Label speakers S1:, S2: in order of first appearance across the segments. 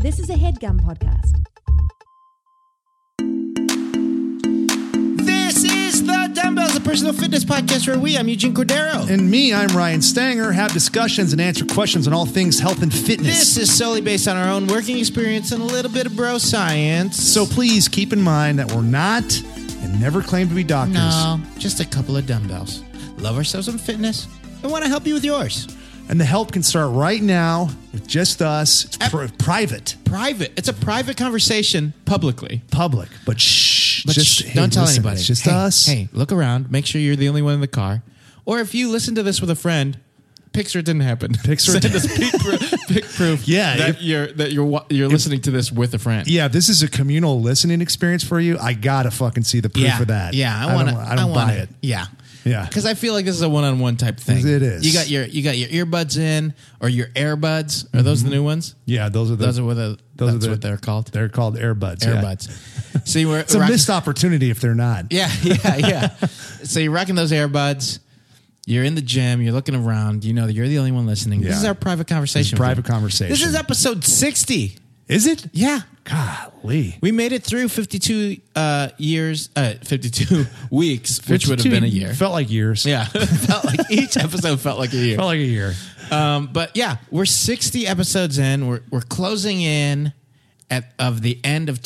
S1: This is a headgum podcast.
S2: This is the Dumbbells, a personal fitness podcast where we, I'm Eugene Cordero.
S3: And me, I'm Ryan Stanger, have discussions and answer questions on all things health and fitness.
S2: this is solely based on our own working experience and a little bit of bro science.
S3: so please keep in mind that we're not and never claim to be doctors.
S2: no, just a couple of dumbbells. Love ourselves in fitness and want to help you with yours.
S3: And the help can start right now with just us. It's pri- private,
S2: Private. It's a private conversation publicly.
S3: public, but shh.
S2: But
S3: just,
S2: shh,
S3: hey,
S2: don't tell
S3: listen,
S2: anybody.
S3: It's just
S2: hey,
S3: us.
S2: Hey, look around. Make sure you're the only one in the car. Or if you listen to this with a friend, picture it didn't happen.
S3: Picture it
S2: Send us pic proof, pic proof
S3: Yeah,
S2: that
S3: if-
S2: you're that you're wa- you're listening to this with a friend.
S3: Yeah, if this is a communal listening experience for you. I gotta fucking see the proof of that.
S2: Yeah, I want to.
S3: don't- I don't buy
S2: wanna,
S3: it.
S2: Yeah,
S3: Yeah.
S2: Because I feel like this is a one-on-one type thing.
S3: It is.
S2: You got your you got your earbuds in or your earbuds. Are those the new ones?
S3: Yeah, those are the,
S2: Those are what the,
S3: Mm-hmm.
S2: those
S3: those are
S2: that's
S3: the-
S2: what they're called.
S3: they're called earbuds. yeah.
S2: earbuds. See, we're
S3: It's a missed opportunity if they're not.
S2: Yeah, yeah, yeah. so you're rocking those earbuds. You're in the gym. You're looking around. You know that you're the only one listening.
S3: Yeah.
S2: This is our private conversation. with
S3: private
S2: you.
S3: conversation.
S2: This is episode sixty.
S3: Is it?
S2: Yeah.
S3: Golly.
S2: We made it through 52 uh, years, uh, 52 weeks, which would have been a year.
S3: Felt like years.
S2: Yeah, felt like each episode felt like a year.
S3: Felt like a year.
S2: Um, but yeah, we're 60 episodes in. We're we're closing in at of the end of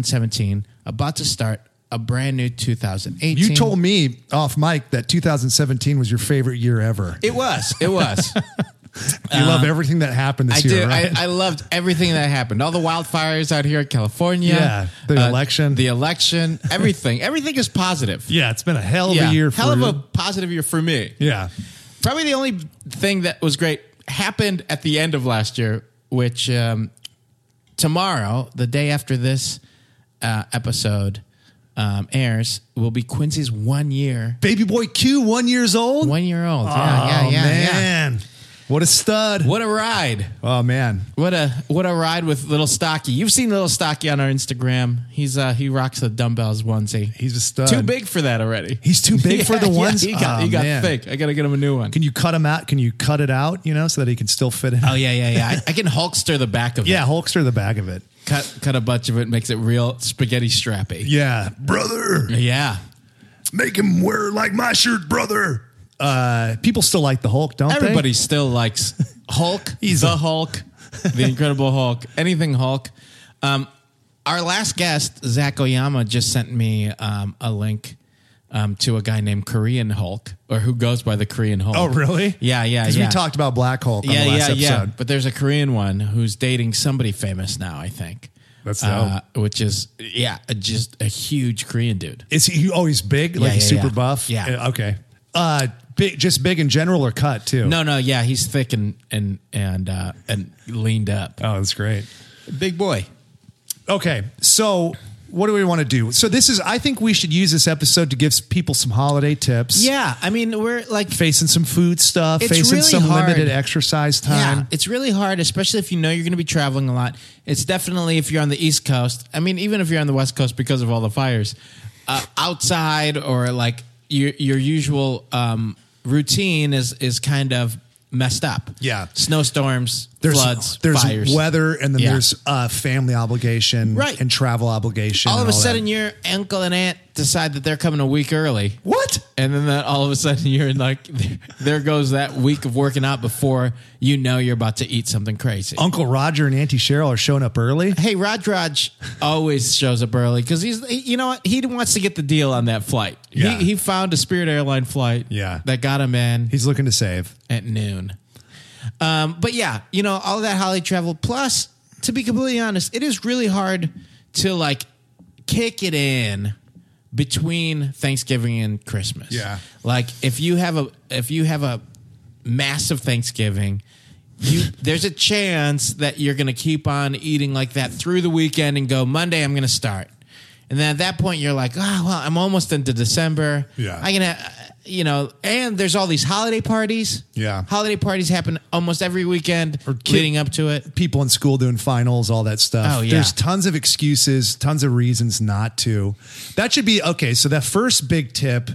S2: 2017, about to start a brand new 2018.
S3: You told me off mic that 2017 was your favorite year ever.
S2: it was it was.
S3: you love everything that happened
S2: Um, I
S3: this year,
S2: did.
S3: right?
S2: I, I loved everything that happened. All the wildfires out here in California. Uh,
S3: Yeah, the election.
S2: The election. Everything. everything is positive.
S3: yeah, it's been a hell of a year for
S2: hell of a positive year for me.
S3: Yeah.
S2: Probably the only thing that was great happened at the end of last year, which um, tomorrow, the day after this uh, episode um, airs, will be Quincy's one year,
S3: Baby boy Q, one years old.
S2: one year old.
S3: oh,
S2: yeah, yeah, yeah, yeah.
S3: man. What a stud.
S2: What a ride!
S3: Oh, man.
S2: What a what a ride with little Stocky. You've seen little Stocky on our Instagram. He's uh, he rocks the dumbbells onesie.
S3: He's a stud.
S2: too big for that already.
S3: He's too big for the ones?
S2: he got,
S3: Oh,
S2: he got
S3: man.
S2: thick. I gotta get him a new one.
S3: Can you cut him out? Can you cut it out, you know, so that he can still fit in?
S2: Oh yeah, yeah, yeah. I, I can Hulkster the back of
S3: yeah,
S2: it.
S3: Hulkster the back of it.
S2: Cut cut a bunch of it, makes it real spaghetti strappy.
S3: Yeah. Brother.
S2: Yeah.
S3: Make him wear like my shirt, brother. Uh, people still like the Hulk, don't they?
S2: Everybody still likes Hulk. He's the Hulk, the Incredible Hulk, anything Hulk. Um, our last guest, Zach Oyama, just sent me um, a link um, to a guy named Korean Hulk, or who goes by the Korean Hulk.
S3: Oh, really?
S2: Yeah, yeah,
S3: Because
S2: yeah.
S3: we talked about Black Hulk on
S2: yeah,
S3: the
S2: yeah,
S3: last
S2: yeah.
S3: episode.
S2: But there's a Korean one who's dating somebody famous now. I think
S3: That's
S2: uh, which is yeah, just a huge Korean dude.
S3: Is he always big? like
S2: yeah,
S3: he's super
S2: yeah.
S3: buff?
S2: Yeah.
S3: Uh, Okay. Uh, big, just big in general or cut too?
S2: No, no, yeah, he's thick and and and uh, and leaned up,
S3: Oh, that's great.
S2: big boy.
S3: Okay. So what do we want to do? So this is, I think we should use this episode to give people some holiday tips.
S2: Yeah, I mean, we're like,
S3: Facing some food stuff,
S2: It's
S3: facing
S2: really
S3: some
S2: hard.
S3: limited exercise time.
S2: yeah, it's really hard, especially if you know you're going to be traveling a lot. It's definitely if you're on the East Coast. I mean, even if you're on the West Coast because of all the fires, uh, outside or like your your usual um, routine is is kind of messed up.
S3: Yeah.
S2: snowstorms,
S3: There's,
S2: floods,
S3: there's
S2: fires,
S3: weather, and then
S2: Yeah.
S3: there's uh, family obligation
S2: Right.
S3: and travel obligation.
S2: all of
S3: and
S2: a
S3: that.
S2: sudden your uncle and aunt decide that they're coming a week early
S3: What?
S2: and then that all of a sudden you're in like there goes that week of working out before you know you're about to eat something crazy
S3: Uncle Roger and Auntie Cheryl are showing up early.
S2: Um, hey rod raj always shows up early because he's he- you know what he wants to get the deal on that flight
S3: Yeah.
S2: he, he found a spirit airline flight
S3: Yeah.
S2: that got him in
S3: He's looking to save.
S2: at noon. Um, but yeah, you know, all that holiday travel. Plus, to be completely honest, it is really hard to like kick it in between Thanksgiving and Christmas.
S3: Yeah.
S2: Like if you have a if you have a massive Thanksgiving, you there's a chance that you're gonna keep on eating like that through the weekend and go, Monday I'm gonna start. And then at that point you're like, oh well, I'm almost into December.
S3: Yeah.
S2: I gonna you know, and there's all these holiday parties.
S3: Yeah.
S2: Holiday parties happen almost every weekend
S3: Or kid-
S2: leading up to it.
S3: People in school doing finals, all that stuff.
S2: Oh, yeah.
S3: There's tons of excuses, tons of reasons not to. That should be okay. So, that first big tip,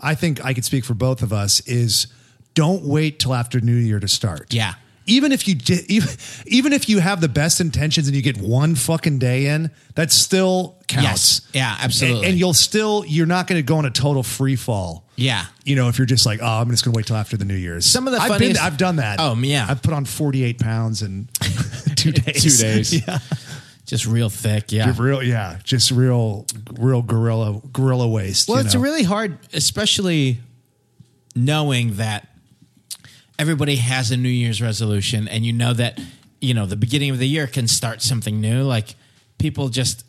S3: I think I could speak for both of us, is don't wait till after New Year to start.
S2: Yeah.
S3: even if you di- even, even if you have the best intentions and you get one fucking day in, that still counts.
S2: Yes. Yeah, absolutely.
S3: And, and you'll still you're not going to go on a total free fall.
S2: Yeah.
S3: You know, if you're just like, oh, I'm just going to wait till after the New Year's.
S2: Some of the
S3: I've been-
S2: funniest-
S3: I've done that.
S2: Oh, yeah.
S3: I've put on 48 pounds in two days.
S2: Two days.
S3: Yeah.
S2: Just real thick. Yeah.
S3: Real, yeah, just real, real gorilla, gorilla waste.
S2: Well,
S3: you
S2: it's
S3: know?
S2: really hard, especially knowing that everybody has a New Year's resolution, and you know that you know the beginning of the year can start something new. Like people just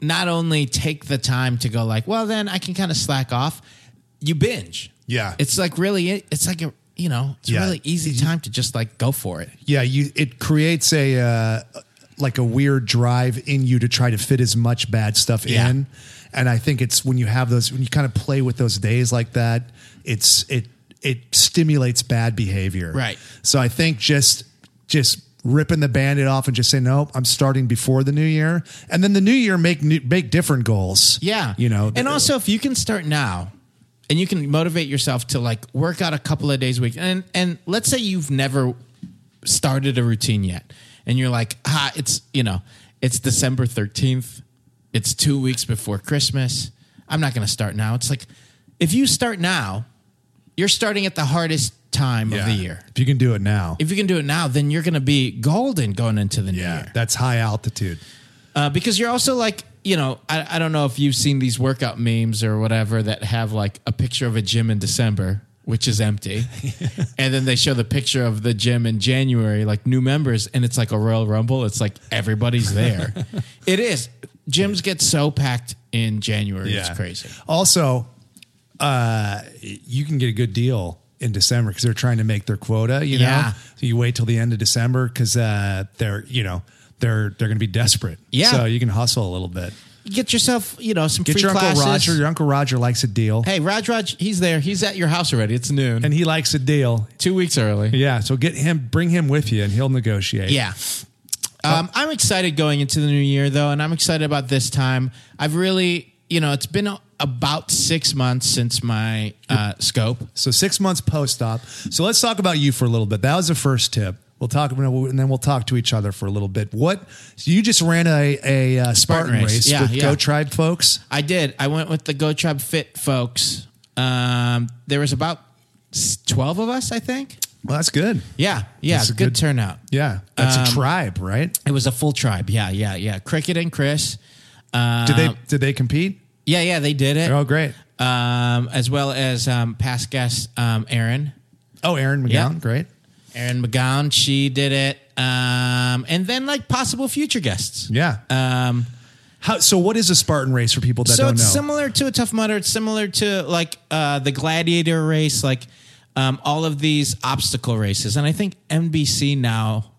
S2: not only take the time to go like, well, then I can kind of slack off. You binge.
S3: Yeah.
S2: it's like really, it's like a you know, it's
S3: Yeah.
S2: a really easy time to just like go for it.
S3: yeah you it creates a uh, like a weird drive in you to try to fit as much bad stuff
S2: Yeah.
S3: in and i think it's when you have those when you kind of play with those days like that it's it it stimulates bad behavior
S2: Right.
S3: so i think just just ripping the band-aid off and just say nope i'm starting before the new year and then the new year make new, make different goals
S2: Yeah.
S3: you know
S2: And also if you can start now and you can motivate yourself to like work out a couple of days a week. And and let's say you've never started a routine yet and you're like, "Ah, it's, you know, it's December 13th. It's 2 weeks before Christmas. I'm not going to start now." It's like if you start now, you're starting at the hardest time of
S3: Yeah.
S2: the year.
S3: if you can do it now
S2: If you can do it now, then you're going to be golden going into the new year.
S3: yeah that's high altitude
S2: Uh, because you're also like, you know, I, I don't know if you've seen these workout memes or whatever that have like a picture of a gym in December, which is empty. and then they show the picture of the gym in January, like new members, and it's like a Royal Rumble. It's like everybody's there. it is. Gyms get so packed in January. It's crazy.
S3: Also, uh, you can get a good deal in December because they're trying to make their quota. You know,
S2: Yeah.
S3: so you wait till the end of December because uh, they're you know they're they're going to be desperate.
S2: Yeah.
S3: so you can hustle a little bit.
S2: Get yourself, you know, some
S3: Get
S2: free
S3: your
S2: classes.
S3: uncle Roger. Your uncle Roger likes a deal,
S2: Hey, Raj Raj, he's there. He's at your house already. It's noon.
S3: and he likes a deal.
S2: Two weeks early.
S3: Yeah, so get him, bring him with you, and he'll negotiate.
S2: Yeah. Um, I'm excited going into the new year, though, and I'm excited about this time. I've really, you know, it's been a- about six months since my uh, scope.
S3: So six months post op. So let's talk about you for a little bit. That was the first tip. We'll talk, and then we'll talk to each other for a little bit. What? So you just ran a, a uh, Spartan,
S2: race.
S3: race,
S2: Yeah,
S3: with
S2: yeah.
S3: Go Tribe folks.
S2: I did. I went with the Go Tribe Fit folks. Um, there was about s- 12 of us, I think.
S3: Well, that's good.
S2: Yeah. Yeah.
S3: That's a
S2: good, good
S3: good-
S2: turnout.
S3: Yeah, that's
S2: Um,
S3: a tribe, right?
S2: It was a full tribe. Yeah. Yeah. Yeah. Cricket and Chris.
S3: Did
S2: uh,
S3: they did they compete?
S2: Yeah. Yeah. They did it.
S3: Oh, great.
S2: Um, as well as um, past guest um, Aaron.
S3: Oh, Aaron McGowan,
S2: Yeah.
S3: great.
S2: Erin McGowan, she did it. Um, and then like possible future guests.
S3: Yeah.
S2: Um,
S3: How, so, what is a Spartan race for people that
S2: so
S3: don't
S2: it's
S3: know?
S2: similar to a Tough Mudder. It's similar to like uh, the Gladiator race, like um, all of these obstacle races. And I think NBC now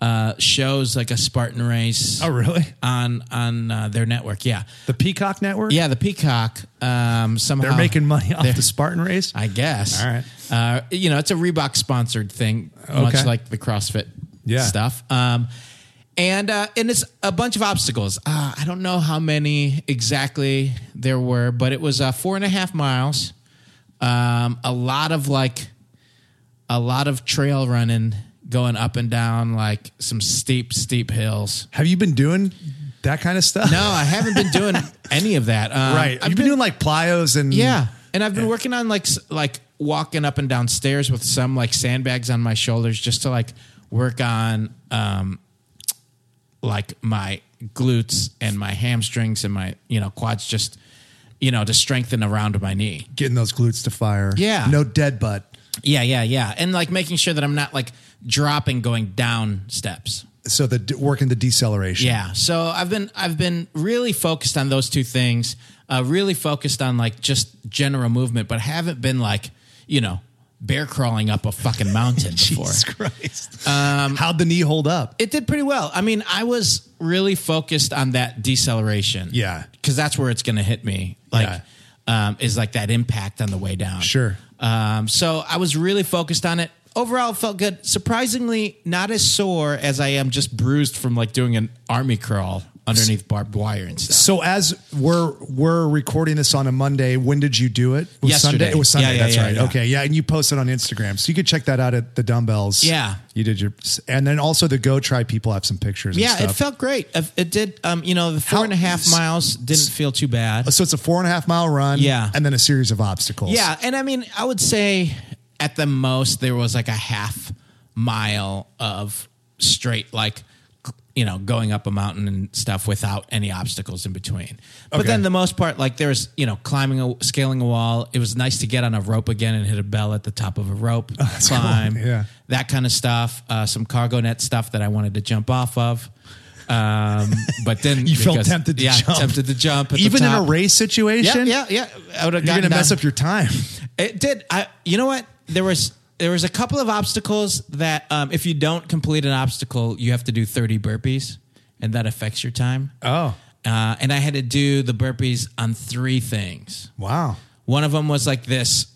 S2: uh, shows like a Spartan race
S3: oh, really?
S2: on on uh, their network. Yeah,
S3: The Peacock Network?
S2: yeah. The Peacock um, somehow
S3: They're making money off
S2: They're-
S3: the Spartan race.
S2: I guess.
S3: All right.
S2: Uh, you know, it's a Reebok sponsored thing, much
S3: Okay.
S2: like the CrossFit
S3: Yeah.
S2: stuff. Um, and uh, and it's a bunch of obstacles. Uh, I don't know how many exactly there were, but it was uh, four and a half miles. Um, a lot of like, a lot of trail running, going up and down like some steep, steep hills.
S3: Have you been doing that kind of stuff?
S2: No, I haven't been doing any of that. Um,
S3: right.
S2: I've
S3: You've been doing like plyos and
S2: yeah, and I've been working on like s- like walking up and down stairs with some like sandbags on my shoulders just to like work on um like my glutes and my hamstrings and my you know quads just you know to strengthen around my knee.
S3: getting those glutes to fire.
S2: Yeah.
S3: No dead butt.
S2: Yeah, yeah, yeah, and like making sure that I'm not like dropping going down steps.
S3: So the d- working the deceleration.
S2: Yeah. So I've been I've been really focused on those two things. Uh, really focused on like just general movement, but haven't been like you know bear crawling up a fucking mountain before.
S3: Jesus Christ.
S2: Um,
S3: How'd the knee hold up?
S2: It did pretty well. I mean, I was really focused on that deceleration.
S3: Yeah.
S2: Because that's where it's going to hit me. Like, um, is like that impact on the way down.
S3: Sure.
S2: Um, so I was really focused on it. Overall, it felt good. Surprisingly, not as sore as I am just bruised from like doing an army crawl. underneath barbed wire and stuff.
S3: So as we're we're recording this on a Monday, when did you do it? it was
S2: Yesterday.
S3: Sunday. It was Sunday.
S2: Yeah, yeah,
S3: that's
S2: yeah,
S3: right.
S2: yeah.
S3: Okay, yeah, and you posted on Instagram, so you could check that out at the dumbbells.
S2: Yeah.
S3: you did your, and then also the Go Try people have some pictures. and
S2: yeah, it
S3: stuff.
S2: felt great. It it did. Um, you know, the
S3: How-
S2: four and a half miles didn't feel too bad.
S3: So it's a four and a half mile run.
S2: Yeah.
S3: and then a series of obstacles.
S2: Yeah, and I mean, I would say at the most there was like a half mile of straight, like you know, going up a mountain and stuff without any obstacles in between. But
S3: Okay.
S2: then the most part, like there was, you know, climbing, a, scaling a wall. It was nice to get on a rope again and hit a bell at the top of a rope,
S3: cool.
S2: climb,
S3: Yeah.
S2: that kind of stuff. Uh, some cargo net stuff that I wanted to jump off of. Um, but then
S3: You felt tempted to
S2: yeah,
S3: jump.
S2: tempted to jump, at the
S3: even in a
S2: top.
S3: race
S2: Yeah,
S3: situation.
S2: yeah, yeah. I would have
S3: you're
S2: gotten
S3: gonna mess
S2: down.
S3: up your time.
S2: It did. I. You know what? There was there was a couple of obstacles that um, if you don't complete an obstacle, you have to do thirty burpees, and that affects your time.
S3: Oh.
S2: Uh, and I had to do the burpees on three things.
S3: Wow.
S2: One of them was like this,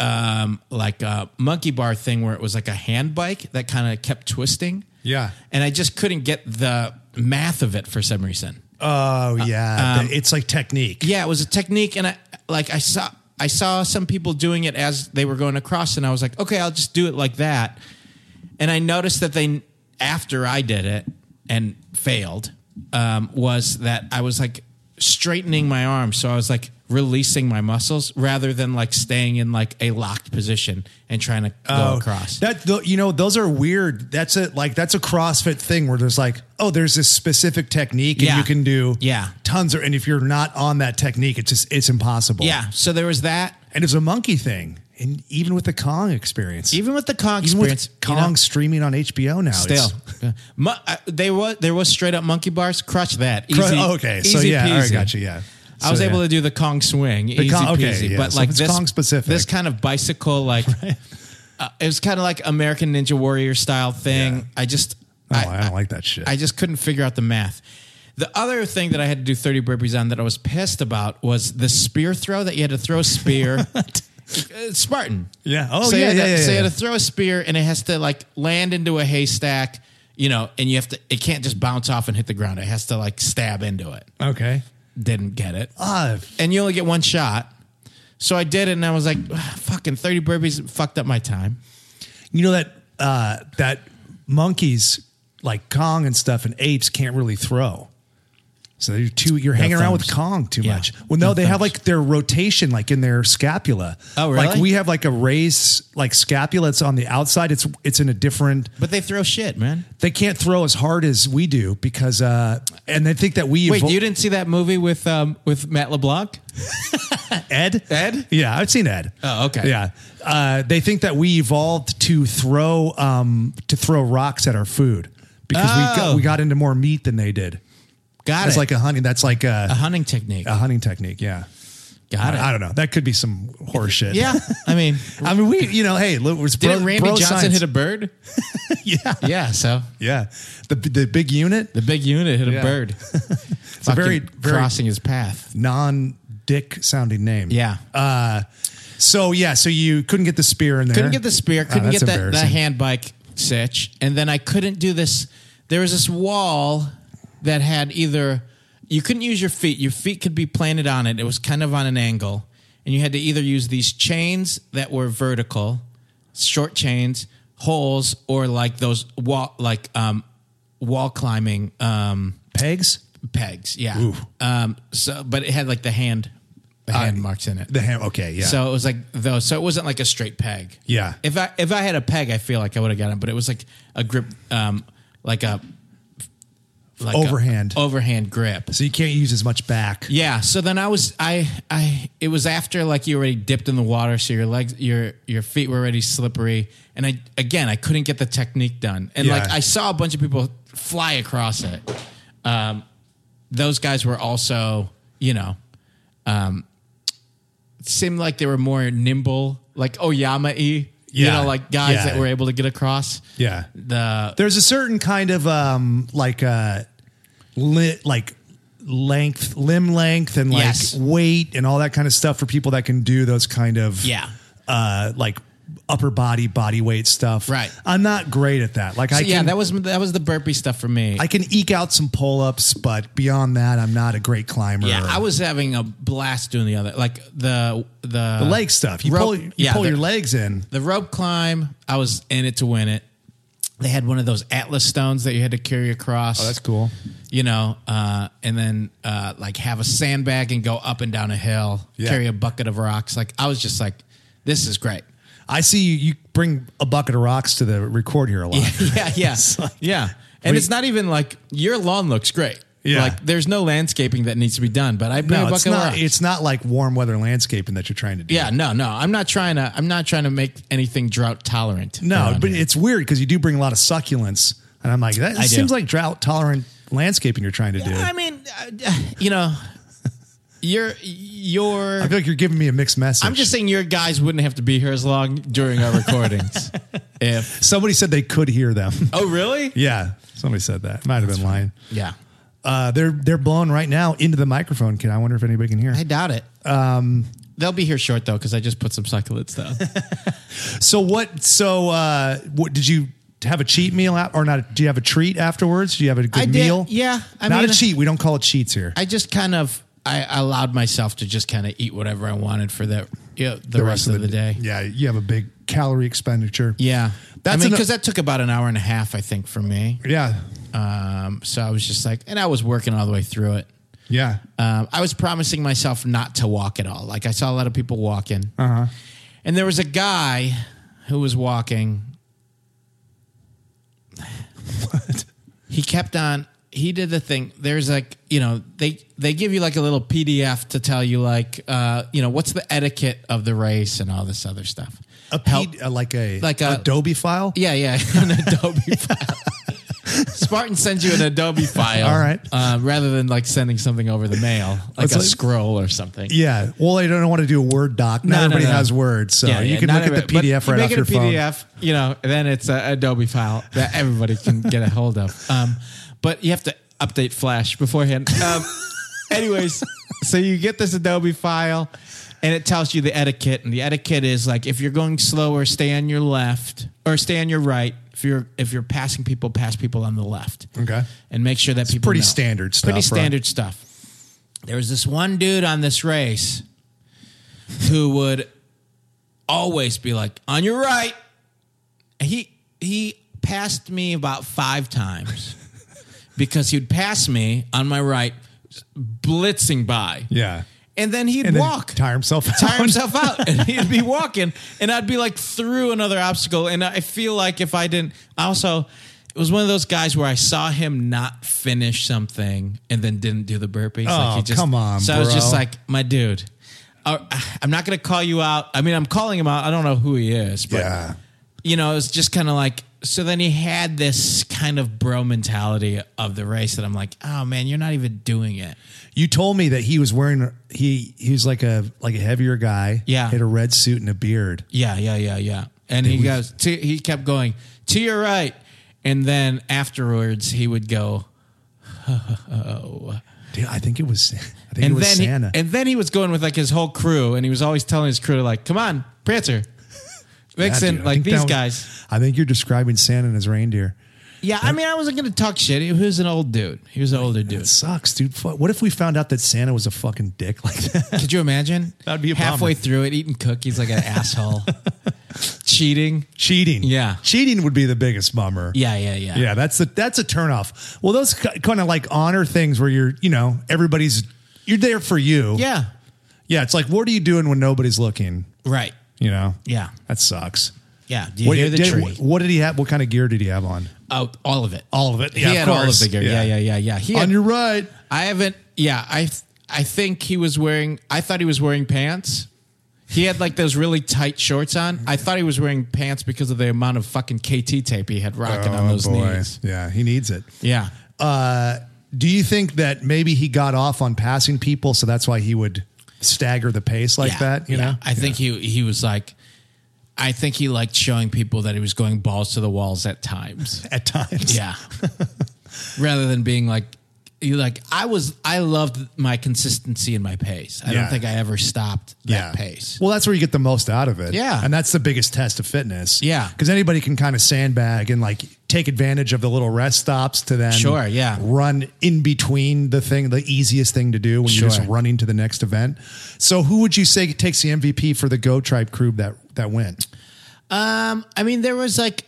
S2: um, like a monkey bar thing where it was like a hand bike that kind of kept twisting.
S3: Yeah.
S2: And I just couldn't get the math of it for some reason.
S3: Oh yeah, it's like technique.
S2: Uh, um, Yeah, it was a technique, and I like I saw I saw some people doing it as they were going across, and I was like, okay, I'll just do it like that. And I noticed that they after I did it and failed um, was that I was like straightening my arm, so I was like releasing my muscles rather than like staying in like a locked position and trying to go across.
S3: Oh, That tho- you know, those are weird. That's a like that's a CrossFit thing where there's like, oh, there's this specific technique and
S2: Yeah.
S3: you can do
S2: Yeah.
S3: tons of and if you're not on that technique, it's just it's impossible.
S2: yeah, so there was that.
S3: And it's a monkey thing. And even with the Kong experience.
S2: Even with the Kong
S3: Even
S2: experience,
S3: with
S2: you
S3: Kong
S2: know-
S3: streaming on HBO now.
S2: Still,
S3: it's-
S2: Mu- uh, they was there was straight up monkey bars. Crush that. Easy,
S3: Cru- oh, okay. So
S2: easy
S3: yeah, all right,
S2: peasy.
S3: gotcha, yeah.
S2: I was
S3: So,
S2: able to
S3: yeah.
S2: do the Kong swing, easy
S3: Kong- okay,
S2: peasy.
S3: yeah,
S2: but
S3: so
S2: like
S3: it's
S2: this
S3: Kong specific.
S2: this kind of bicycle, like uh, it was kind of like American Ninja Warrior style thing.
S3: Yeah.
S2: I just,
S3: Oh,
S2: I,
S3: I, don't like that shit.
S2: I just couldn't figure out the math. The other thing that I had to do 30 burpees on that I was pissed about was the spear throw that you had to throw a spear. Uh, Spartan.
S3: Yeah. Oh,
S2: so you
S3: yeah,
S2: had
S3: yeah,
S2: to-
S3: yeah,
S2: So you
S3: yeah.
S2: had to throw a spear and it has to like land into a haystack, you know, and you have to, it can't just bounce off and hit the ground. It has to like stab into it.
S3: okay.
S2: Didn't get it
S3: Ah,
S2: and you only get one shot. So I did it, and I was like, "Ah, fucking 30 burpees fucked up my time.
S3: you know that uh, that monkeys like Kong and stuff and apes can't really throw. So you're too you're hanging around with
S2: thumbs.
S3: Kong too
S2: Yeah.
S3: much. Well, no,
S2: No
S3: they
S2: thumbs.
S3: have like their rotation like in their scapula.
S2: Oh,
S3: Like
S2: really?
S3: we have like a raised like scapula. It's on the outside. It's it's in a different.
S2: But they throw shit, man.
S3: They can't throw as hard as we do because uh and they think that we
S2: Wait,
S3: evol-
S2: you didn't see that movie with um, with Matt LeBlanc?
S3: Ed?
S2: Ed?
S3: Yeah, I've seen Ed.
S2: Oh, okay.
S3: Yeah. Uh, they think that we evolved to throw um, to throw rocks at our food because we got,
S2: Oh.
S3: we got into more meat than they did.
S2: Got
S3: That's
S2: it.
S3: like a hunting. That's like a,
S2: a hunting technique.
S3: a hunting technique. Yeah.
S2: Got it.
S3: I, I don't know. That could be some horse shit.
S2: yeah, I mean,
S3: I mean, we, you know, hey, look, it was
S2: didn't
S3: bro-
S2: Randy
S3: bro
S2: Johnson
S3: science.
S2: hit a bird?
S3: yeah,
S2: Yeah, so
S3: yeah. The the big unit,
S2: the big unit hit
S3: Yeah.
S2: a bird.
S3: It's a very,
S2: Fucking
S3: very
S2: crossing his path. Uh-huh.
S3: non dick sounding name.
S2: Yeah.
S3: Uh, so yeah, so you couldn't get the spear in there.
S2: couldn't get the spear,
S3: Oh,
S2: couldn't
S3: that's
S2: get that, that
S3: embarrassing.
S2: hand bike sitch, and then I couldn't do this. There was this wall that had either you couldn't use your feet; your feet could be planted on it. It was kind of on an angle, and you had to either use these chains that were vertical, short chains, holes, or like those wall like um, wall climbing um,
S3: pegs.
S2: pegs. Yeah.
S3: Ooh.
S2: Um, so, but it had like the hand the hand marks in it.
S3: The ham. Okay, yeah.
S2: So it was like those. So it wasn't like a straight peg.
S3: Yeah.
S2: If I if I had a peg, I feel like I would have gotten. it, But it was like a grip, um, like a like a
S3: Overhand.
S2: overhand grip.
S3: so you can't use as much back.
S2: Yeah. So then I was I I it was after like you already dipped in the water, so your legs your your feet were already slippery, and I again I couldn't get the technique done, and
S3: Yeah.
S2: like I saw a bunch of people fly across it. Um, those guys were also you know, um, seemed like they were more nimble, like Oyama y. You
S3: Yeah.
S2: know, like guys
S3: Yeah.
S2: that were able to get across.
S3: Yeah.
S2: The
S3: There's a certain kind of um like uh lit like length, limb length and like
S2: Yes.
S3: weight and all that kind of stuff for people that can do those kind of
S2: Yeah.
S3: uh like upper body body weight stuff.
S2: Right.
S3: I'm not great at that. Like I
S2: So,
S3: can,
S2: yeah, that was that was the burpee stuff for me.
S3: I can eke out some pull ups, but beyond that, I'm not a great climber.
S2: yeah, I was having a blast doing the other, like the the,
S3: the leg stuff. You
S2: rope-
S3: pull you
S2: uh, yeah,
S3: pull
S2: the-
S3: your legs in.
S2: The rope climb, I was in it to win it. They had one of those atlas stones that you had to carry across.
S3: Oh, that's cool.
S2: You know, uh, and then uh, like have a sandbag and go up and down a hill,
S3: Yeah.
S2: carry a bucket of rocks. Like I was just like, this is great.
S3: I see you, you bring a bucket of rocks to the record here a lot.
S2: yeah, yeah, yeah. And
S3: we-
S2: it's not even like your lawn looks great.
S3: Yeah.
S2: Like there's no landscaping that needs to be done, but I bring a
S3: No,
S2: bucket
S3: it's
S2: of
S3: not.
S2: rocks.
S3: It's not like warm weather landscaping that you're trying to do.
S2: yeah, no, no. I'm not trying to. I'm not trying to make anything drought tolerant.
S3: No,
S2: around
S3: but
S2: here.
S3: it's weird because you do bring a lot of succulents, and I'm like, that
S2: I do.
S3: seems like drought tolerant landscaping you're trying to do.
S2: I
S3: i
S2: mean, uh, you know, you're you're.
S3: feel like you're giving me a mixed message.
S2: I'm just saying your guys wouldn't have to be here as long during our recordings. if
S3: Somebody said they could hear them.
S2: oh really?
S3: yeah, somebody said that. Might have been lying.
S2: Yeah,
S3: Uh, they're they're blowing right now into the microphone. Can I wonder if anybody can hear?
S2: I doubt it.
S3: Um,
S2: They'll be here short though because I just put some succulent stuff.
S3: So what? So uh, what did you have a cheat meal at, or not? Do you have a treat afterwards? Do you have a good
S2: I did,
S3: meal?
S2: yeah. I
S3: not
S2: mean- uh,
S3: a cheat. We don't call it cheats here.
S2: I just kind of I allowed myself to just kind of eat whatever I wanted for the you know, the, rest, of the, day.
S3: Yeah, you have a big calorie expenditure.
S2: Yeah,
S3: That's
S2: I mean
S3: an-
S2: because that took about an hour and a half, I think, for me.
S3: yeah,
S2: Um, so I was just like, and I was working all the way through it.
S3: yeah.
S2: Um, I was promising myself not to walk at all. Like I saw a lot of people walking, and there was a guy who was walking. He kept on. He did the thing. There's like you know they they give you like a little PDF to tell you like uh, you know what's the etiquette of the race and all this other stuff.
S3: A
S2: Help-
S3: P, uh, like a
S2: Like a-
S3: Adobe file.
S2: yeah, yeah, an Adobe file. Spartan sends you an Adobe file.
S3: All right.
S2: Uh, rather than like sending something over the mail, like
S3: It's
S2: a
S3: like-
S2: scroll or something.
S3: Yeah. Well, I don't want to do a Word doc. Not
S2: No, no,
S3: everybody
S2: no.
S3: has Word, so
S2: Yeah,
S3: you
S2: yeah,
S3: can
S2: not
S3: look at the
S2: everybody-
S3: PDF
S2: but
S3: right
S2: you
S3: off your
S2: make
S3: phone.
S2: it a PDF, you know, and then it's an Adobe file that everybody can get a hold of. Um, but you have to update Flash beforehand. Um, anyways, so you get this Adobe file, and it tells you the etiquette, and the etiquette is like if you're going slower, stay on your left or stay on your right. If you're if you're passing people, pass people on the left.
S3: Okay.
S2: and make sure that people
S3: pretty
S2: know.
S3: standard stuff,
S2: Pretty
S3: right?
S2: standard stuff. There was this one dude on this race who would always be like, "On your right." He he passed me about five times because he'd pass me on my right, blitzing by.
S3: Yeah.
S2: and then he'd
S3: And then
S2: walk.
S3: tire himself out.
S2: Tire himself out, and he'd be walking, and I'd be like through another obstacle. And I feel like if I didn't, also, it was one of those guys where I saw him not finish something and then didn't do the burpees.
S3: Oh,
S2: he just,
S3: come on,
S2: So I was
S3: bro.
S2: just like, my dude, uh, I'm not going to call you out. I mean, I'm calling him out. I don't know who he is, but
S3: Yeah.
S2: you know, it was just kind of like. So then he had this kind of bro mentality of the race that I'm like, oh man, you're not even doing it.
S3: You told me that he was wearing he he was like a like a heavier guy.
S2: Yeah.
S3: Had a red suit and a beard.
S2: Yeah, yeah, yeah, yeah. And he goes to he kept going to your right, and then afterwards he would go.
S3: Dude, I think it was I think it
S2: And
S3: was
S2: then he,
S3: Santa.
S2: and then he was going with like his whole crew, and he was always telling his crew like, "Come on, Prancer,
S3: Yeah,
S2: Vixen,
S3: dude, I
S2: like
S3: think that
S2: these
S3: was-
S2: guys."
S3: I think you're describing Santa and his reindeer.
S2: Yeah, I mean, I wasn't gonna talk shit. He was an old dude. He was an older
S3: It
S2: dude.
S3: sucks, dude. Fu- What if we found out that Santa was a fucking dick like that?
S2: Could you imagine?
S3: That'd be a bummer.
S2: halfway through it, eating cookies like an asshole, cheating.
S3: Cheating.
S2: Yeah.
S3: Cheating would be the biggest bummer.
S2: Yeah, yeah, yeah,
S3: Yeah, that's the that's a turnoff. Well, those kind of like honor things where you're, you know, everybody's you're there for you.
S2: yeah.
S3: Yeah, it's like what are you doing when nobody's looking?
S2: Right.
S3: You know?
S2: Yeah.
S3: That sucks.
S2: Yeah. Do you hear the
S3: did,
S2: tree?
S3: what did he have? What kind of gear did he have on?
S2: Oh, all of it.
S3: All of it.
S2: He
S3: Yeah, of
S2: had all of
S3: course.
S2: the gear.
S3: Yeah.
S2: Yeah, yeah, yeah, yeah. He had,
S3: On your right.
S2: I haven't. Yeah, I I think he was wearing. I thought he was wearing pants. He had like those really tight shorts on. I thought he was wearing pants because of the amount of fucking KT tape he had rocking on those knees.
S3: Oh, Yeah, he needs it.
S2: Yeah.
S3: Uh, do you think that maybe he got off on passing people, so that's why he would stagger the pace like
S2: Yeah,
S3: that? You
S2: yeah.
S3: know,
S2: I think he he was like. I think he liked showing people that he was going balls to the walls at times.
S3: at times.
S2: Yeah. Rather than being like, you like I was I loved my consistency and my pace. I
S3: Yeah.
S2: don't think I ever stopped that pace.
S3: Well, that's where you get the most out of it.
S2: Yeah.
S3: And that's the biggest test of fitness.
S2: Yeah.
S3: Because anybody can kind of sandbag and like take advantage of the little rest stops to then
S2: Sure, yeah.
S3: run in between the thing, the easiest thing to do when you're just
S2: Sure.
S3: running to the next event. So who would you say takes the MVP for the Go Tribe crew that that win?
S2: Um, I mean, there was like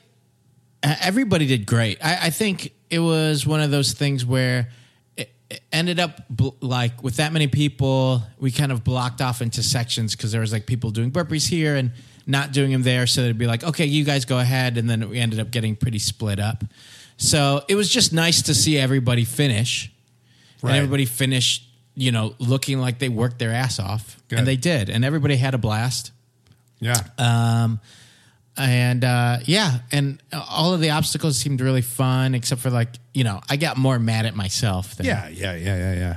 S2: uh, everybody did great. I, I think it was one of those things where it, it ended up bl- like with that many people, we kind of blocked off into sections because there was like people doing burpees here and not doing them there. So it'd be like, okay, you guys go ahead, and then we ended up getting pretty split up. So it was just nice to see everybody finish,
S3: Right.
S2: and everybody finished, you know, looking like they worked their ass off,
S3: Good.
S2: and they did, and everybody had a blast.
S3: Yeah.
S2: Um, and uh, yeah, and all of the obstacles seemed really fun, except for like you know, I got more mad at myself. Than,
S3: Yeah, yeah, yeah, yeah, yeah.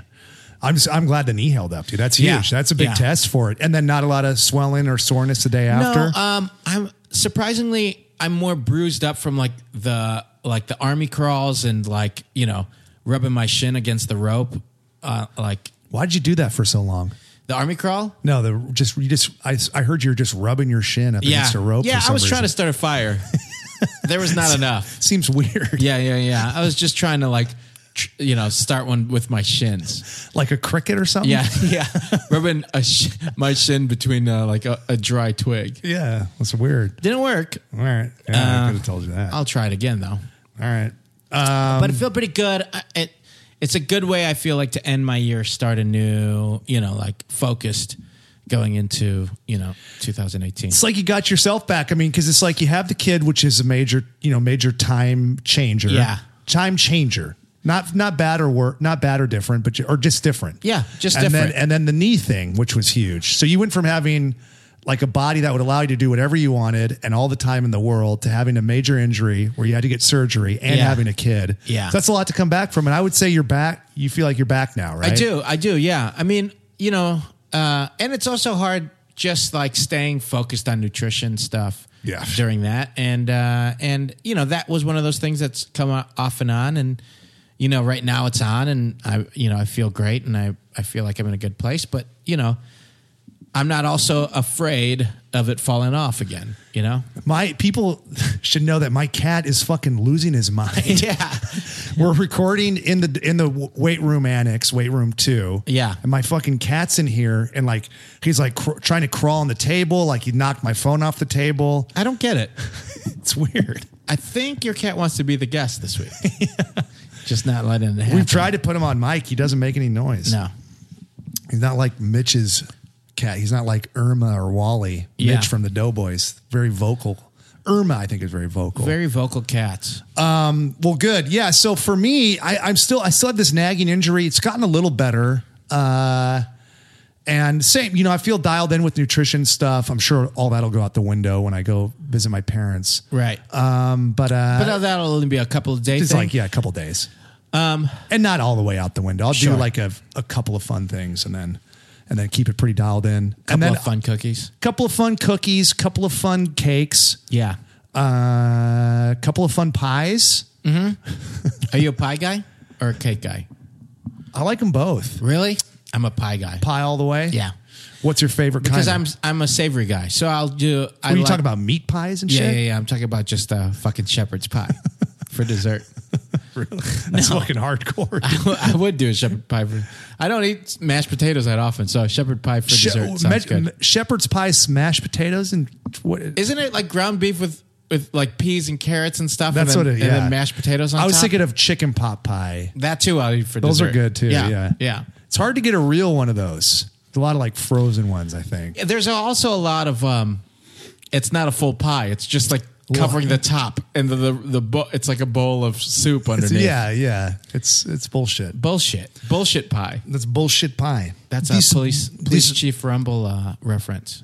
S3: I'm just, I'm glad the knee held up, dude. That's huge.
S2: Yeah,
S3: That's a big
S2: yeah.
S3: test for it. And then not a lot of swelling or soreness the day after.
S2: No, um, I'm surprisingly I'm more bruised up from like the like the army crawls and like you know rubbing my shin against the rope, uh, like
S3: Why did you do that for so long?
S2: the army crawl.
S3: No, the just you just I, I heard you were just rubbing your shin up
S2: Yeah,
S3: against a rope.
S2: yeah.
S3: for some
S2: I was trying to
S3: reason.
S2: start a fire. there was not enough.
S3: Seems weird,
S2: Yeah, yeah, yeah. I was just trying to like, tr- you know, start one with my shins.
S3: like a cricket or something.
S2: Yeah, yeah. Rubbing a sh- my shin between uh, like a, a dry twig.
S3: yeah, that's weird.
S2: Didn't work.
S3: All right, yeah, I
S2: Uh,
S3: could have told you that.
S2: I'll try it again though.
S3: All right, um,
S2: But I feel pretty good. I, it, it's a good way I feel like to end my year, start a new, you know, like focused going into, you know, 2018.
S3: it's like you got yourself back. I mean, because it's like you have the kid, which is a major, you know, major time changer.
S2: Yeah.
S3: time changer. Not not bad or wor- not bad or different, but you, or just different.
S2: Yeah, just
S3: and
S2: different.
S3: Then, and then the knee thing, which was huge. So you went from having like a body that would allow you to do whatever you wanted and all the time in the world to having a major injury where you had to get surgery and
S2: Yeah.
S3: having a kid.
S2: Yeah.
S3: so that's a lot to come back from. And I would say you're back. You feel like you're back now, right?
S2: I do. I do. Yeah. I mean, you know, uh, and it's also hard just like staying focused on nutrition stuff.
S3: Yeah.
S2: During that, and uh, and you know that was one of those things that's come o- off and on, and you know right now it's on, and I you know I feel great, and I I feel like I'm in a good place, but you know. I'm not also afraid of it falling off again, you know?
S3: My people should know that my cat is fucking losing his mind.
S2: Yeah.
S3: We're recording in the in the w- weight room annex, weight room two.
S2: Yeah.
S3: and my fucking cat's in here, and like he's like cr- trying to crawl on the table, like he knocked my phone off the table.
S2: I don't get it.
S3: It's weird.
S2: I think your cat wants to be the guest this week. Just not letting it happen.
S3: We've tried to put him on mic. He doesn't make any noise.
S2: No.
S3: he's not like Mitch's cat. He's not like Irma or Wally.
S2: Yeah.
S3: Mitch from the Doughboys, very vocal. Irma, I think, is very vocal.
S2: Very vocal cats.
S3: Well, good. Yeah. So for me, I, I'm still I still have this nagging injury. It's gotten a little better. Uh and same, you know, I feel dialed in with nutrition stuff. I'm sure all that'll go out the window when I go visit my parents.
S2: Right.
S3: Um, but uh
S2: but that'll only be a couple of days.
S3: it's like, yeah, a couple days. Um and not all the way out the window. I'll
S2: Sure.
S3: do like a, a couple of fun things and then and then keep it pretty dialed in.
S2: a
S3: and
S2: couple
S3: then
S2: of fun cookies.
S3: couple of fun cookies, couple of fun cakes,
S2: Yeah.
S3: uh couple of fun pies.
S2: Are you a pie guy or a cake guy?
S3: I like them both.
S2: Really? I'm a pie guy.
S3: Pie all the way.
S2: Yeah.
S3: What's your favorite
S2: Because
S3: kind?
S2: I'm I'm a savory guy. So I'll do I
S3: Are you
S2: like-
S3: talking about meat pies and
S2: Yeah,
S3: shit?
S2: yeah, yeah. I'm talking about just a fucking shepherd's pie for dessert.
S3: That's fucking hardcore. dude.
S2: I would do a shepherd pie for I don't eat mashed potatoes that often, so a shepherd pie for
S3: She-
S2: dessert sounds
S3: oh, me-
S2: good.
S3: me- shepherd's pie, smashed potatoes, and what?
S2: Isn't it like ground beef with with like peas and carrots and stuff?
S3: That's
S2: and
S3: what
S2: then,
S3: it. Yeah,
S2: and then mashed potatoes on
S3: I was
S2: top?
S3: thinking of chicken pot pie.
S2: that too I'll eat for
S3: Those
S2: dessert.
S3: are good too. Yeah.
S2: Yeah. yeah.
S3: It's hard to get a real one of those. There's A lot of like frozen ones, I think.
S2: there's also a lot of um it's not a full pie it's just like covering the top and the the, the bo- it's like a bowl of soup
S3: It's-
S2: underneath
S3: yeah, yeah. It's it's bullshit.
S2: bullshit bullshit pie
S3: That's bullshit pie.
S2: that's
S3: These-
S2: a police police
S3: these-
S2: chief rumble uh, reference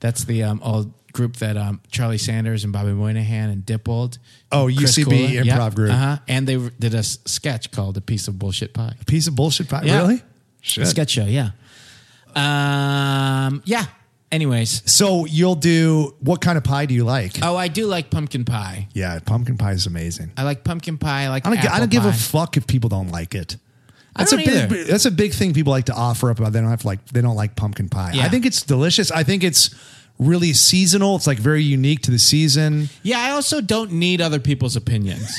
S2: that's the um old group that um charlie sanders and bobby moynihan and dippold
S3: Oh, UCB
S2: Kula-
S3: improv group.
S2: uh-huh. and they did a s- sketch called a piece of bullshit pie
S3: piece of bullshit pie.
S2: Yeah.
S3: Really?
S2: A sketch show yeah um yeah anyways
S3: So you'll do what kind of pie do you like?
S2: oh i do like pumpkin pie
S3: yeah, pumpkin pie is amazing.
S2: I like pumpkin pie. I like.
S3: I don't,
S2: apple
S3: I don't give
S2: pie.
S3: a fuck if people don't like it. That's a
S2: don't
S3: big.
S2: either.
S3: That's a big thing people like to offer up about. They don't have to like. They don't like pumpkin pie.
S2: Yeah.
S3: I think it's delicious. I think it's really seasonal. It's like very unique to the season.
S2: Yeah, I also don't need other people's opinions,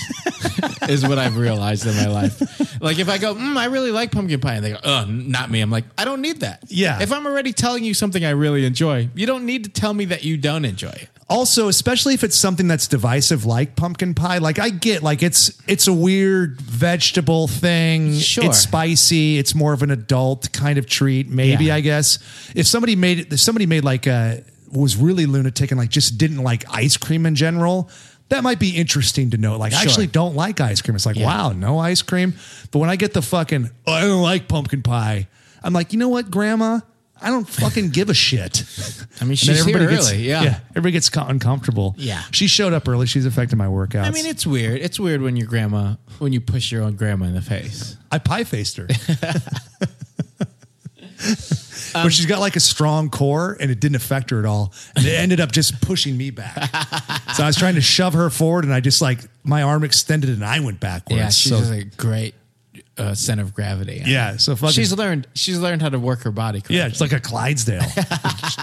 S2: is what I've realized in my life. Like, if I go, mm, I really like pumpkin pie, and they go, oh, not me, I'm like, I don't need that.
S3: Yeah.
S2: If I'm already telling you something I really enjoy, you don't need to tell me that you don't enjoy it.
S3: also especially if it's something that's divisive like pumpkin pie like i get like it's it's a weird vegetable thing
S2: Sure.
S3: it's spicy it's more of an adult kind of treat maybe
S2: Yeah.
S3: i guess if somebody made it if somebody made like a was really lunatic and like just didn't like ice cream in general that might be interesting to know. Like, I
S2: Sure.
S3: actually don't like ice cream. It's like, wow, no ice cream. But when I get the fucking, oh, I don't like pumpkin pie, I'm like, you know what, grandma? I don't fucking give a shit.
S2: I mean,
S3: And then
S2: she's here
S3: everybody gets-
S2: early. Yeah.
S3: everybody gets co- uncomfortable.
S2: Yeah.
S3: she showed up early. She's affected my workouts.
S2: I mean, it's weird. It's weird when your grandma, when you push your own grandma in the face.
S3: I pie faced her,
S2: Um,
S3: but she's got like a strong core, and it didn't affect her at all. And it ended up just pushing me back. so I was trying to shove her forward, and I just like my arm extended, and I went backwards.
S2: Yeah, she's
S3: so,
S2: just a great uh, center of gravity.
S3: yeah, so fucking.
S2: She's learned. She's learned how to work her body. Correctly.
S3: yeah, it's like a Clydesdale.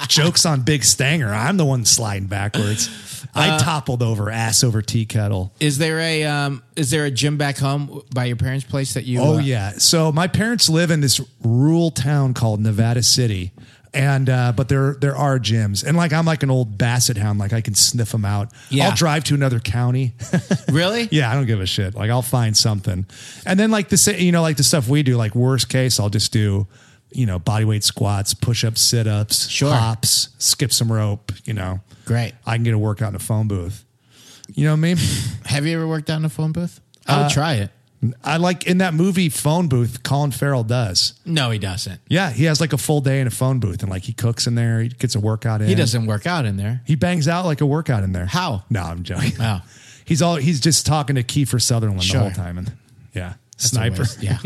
S3: Jokes on Big Stanger. I'm the one sliding backwards. I
S2: Uh,
S3: toppled over, ass over tea kettle.
S2: Is there a um, is there a gym back home by your parents' place that you?
S3: Oh
S2: uh,
S3: yeah. So my parents live in this rural town called Nevada City, and uh, but there there are gyms, and like I'm like an old basset hound, like I can sniff them out.
S2: Yeah.
S3: I'll drive to another county.
S2: Really?
S3: yeah, I don't give a shit. Like I'll find something, and then like the sa- you know like the stuff we do, like worst case, I'll just do. You know, body weight squats, push ups, sit ups,
S2: Sure.
S3: hops, skip some rope. You know,
S2: Great.
S3: I can get a workout in a phone booth. You know what I mean?
S2: Have you ever worked out in a phone booth? Uh, I would try it.
S3: I like in that movie Phone Booth, Colin Farrell does.
S2: No, he doesn't.
S3: Yeah, he has like a full day in a phone booth, and like he cooks in there. He gets a workout in.
S2: He doesn't work out in there.
S3: He bangs out like a workout in there.
S2: How?
S3: No, I'm joking.
S2: Oh.
S3: He's all. He's just talking to Kiefer Sutherland
S2: Sure.
S3: the whole time, and yeah,
S2: It's a
S3: sniper.
S2: waste. Yeah.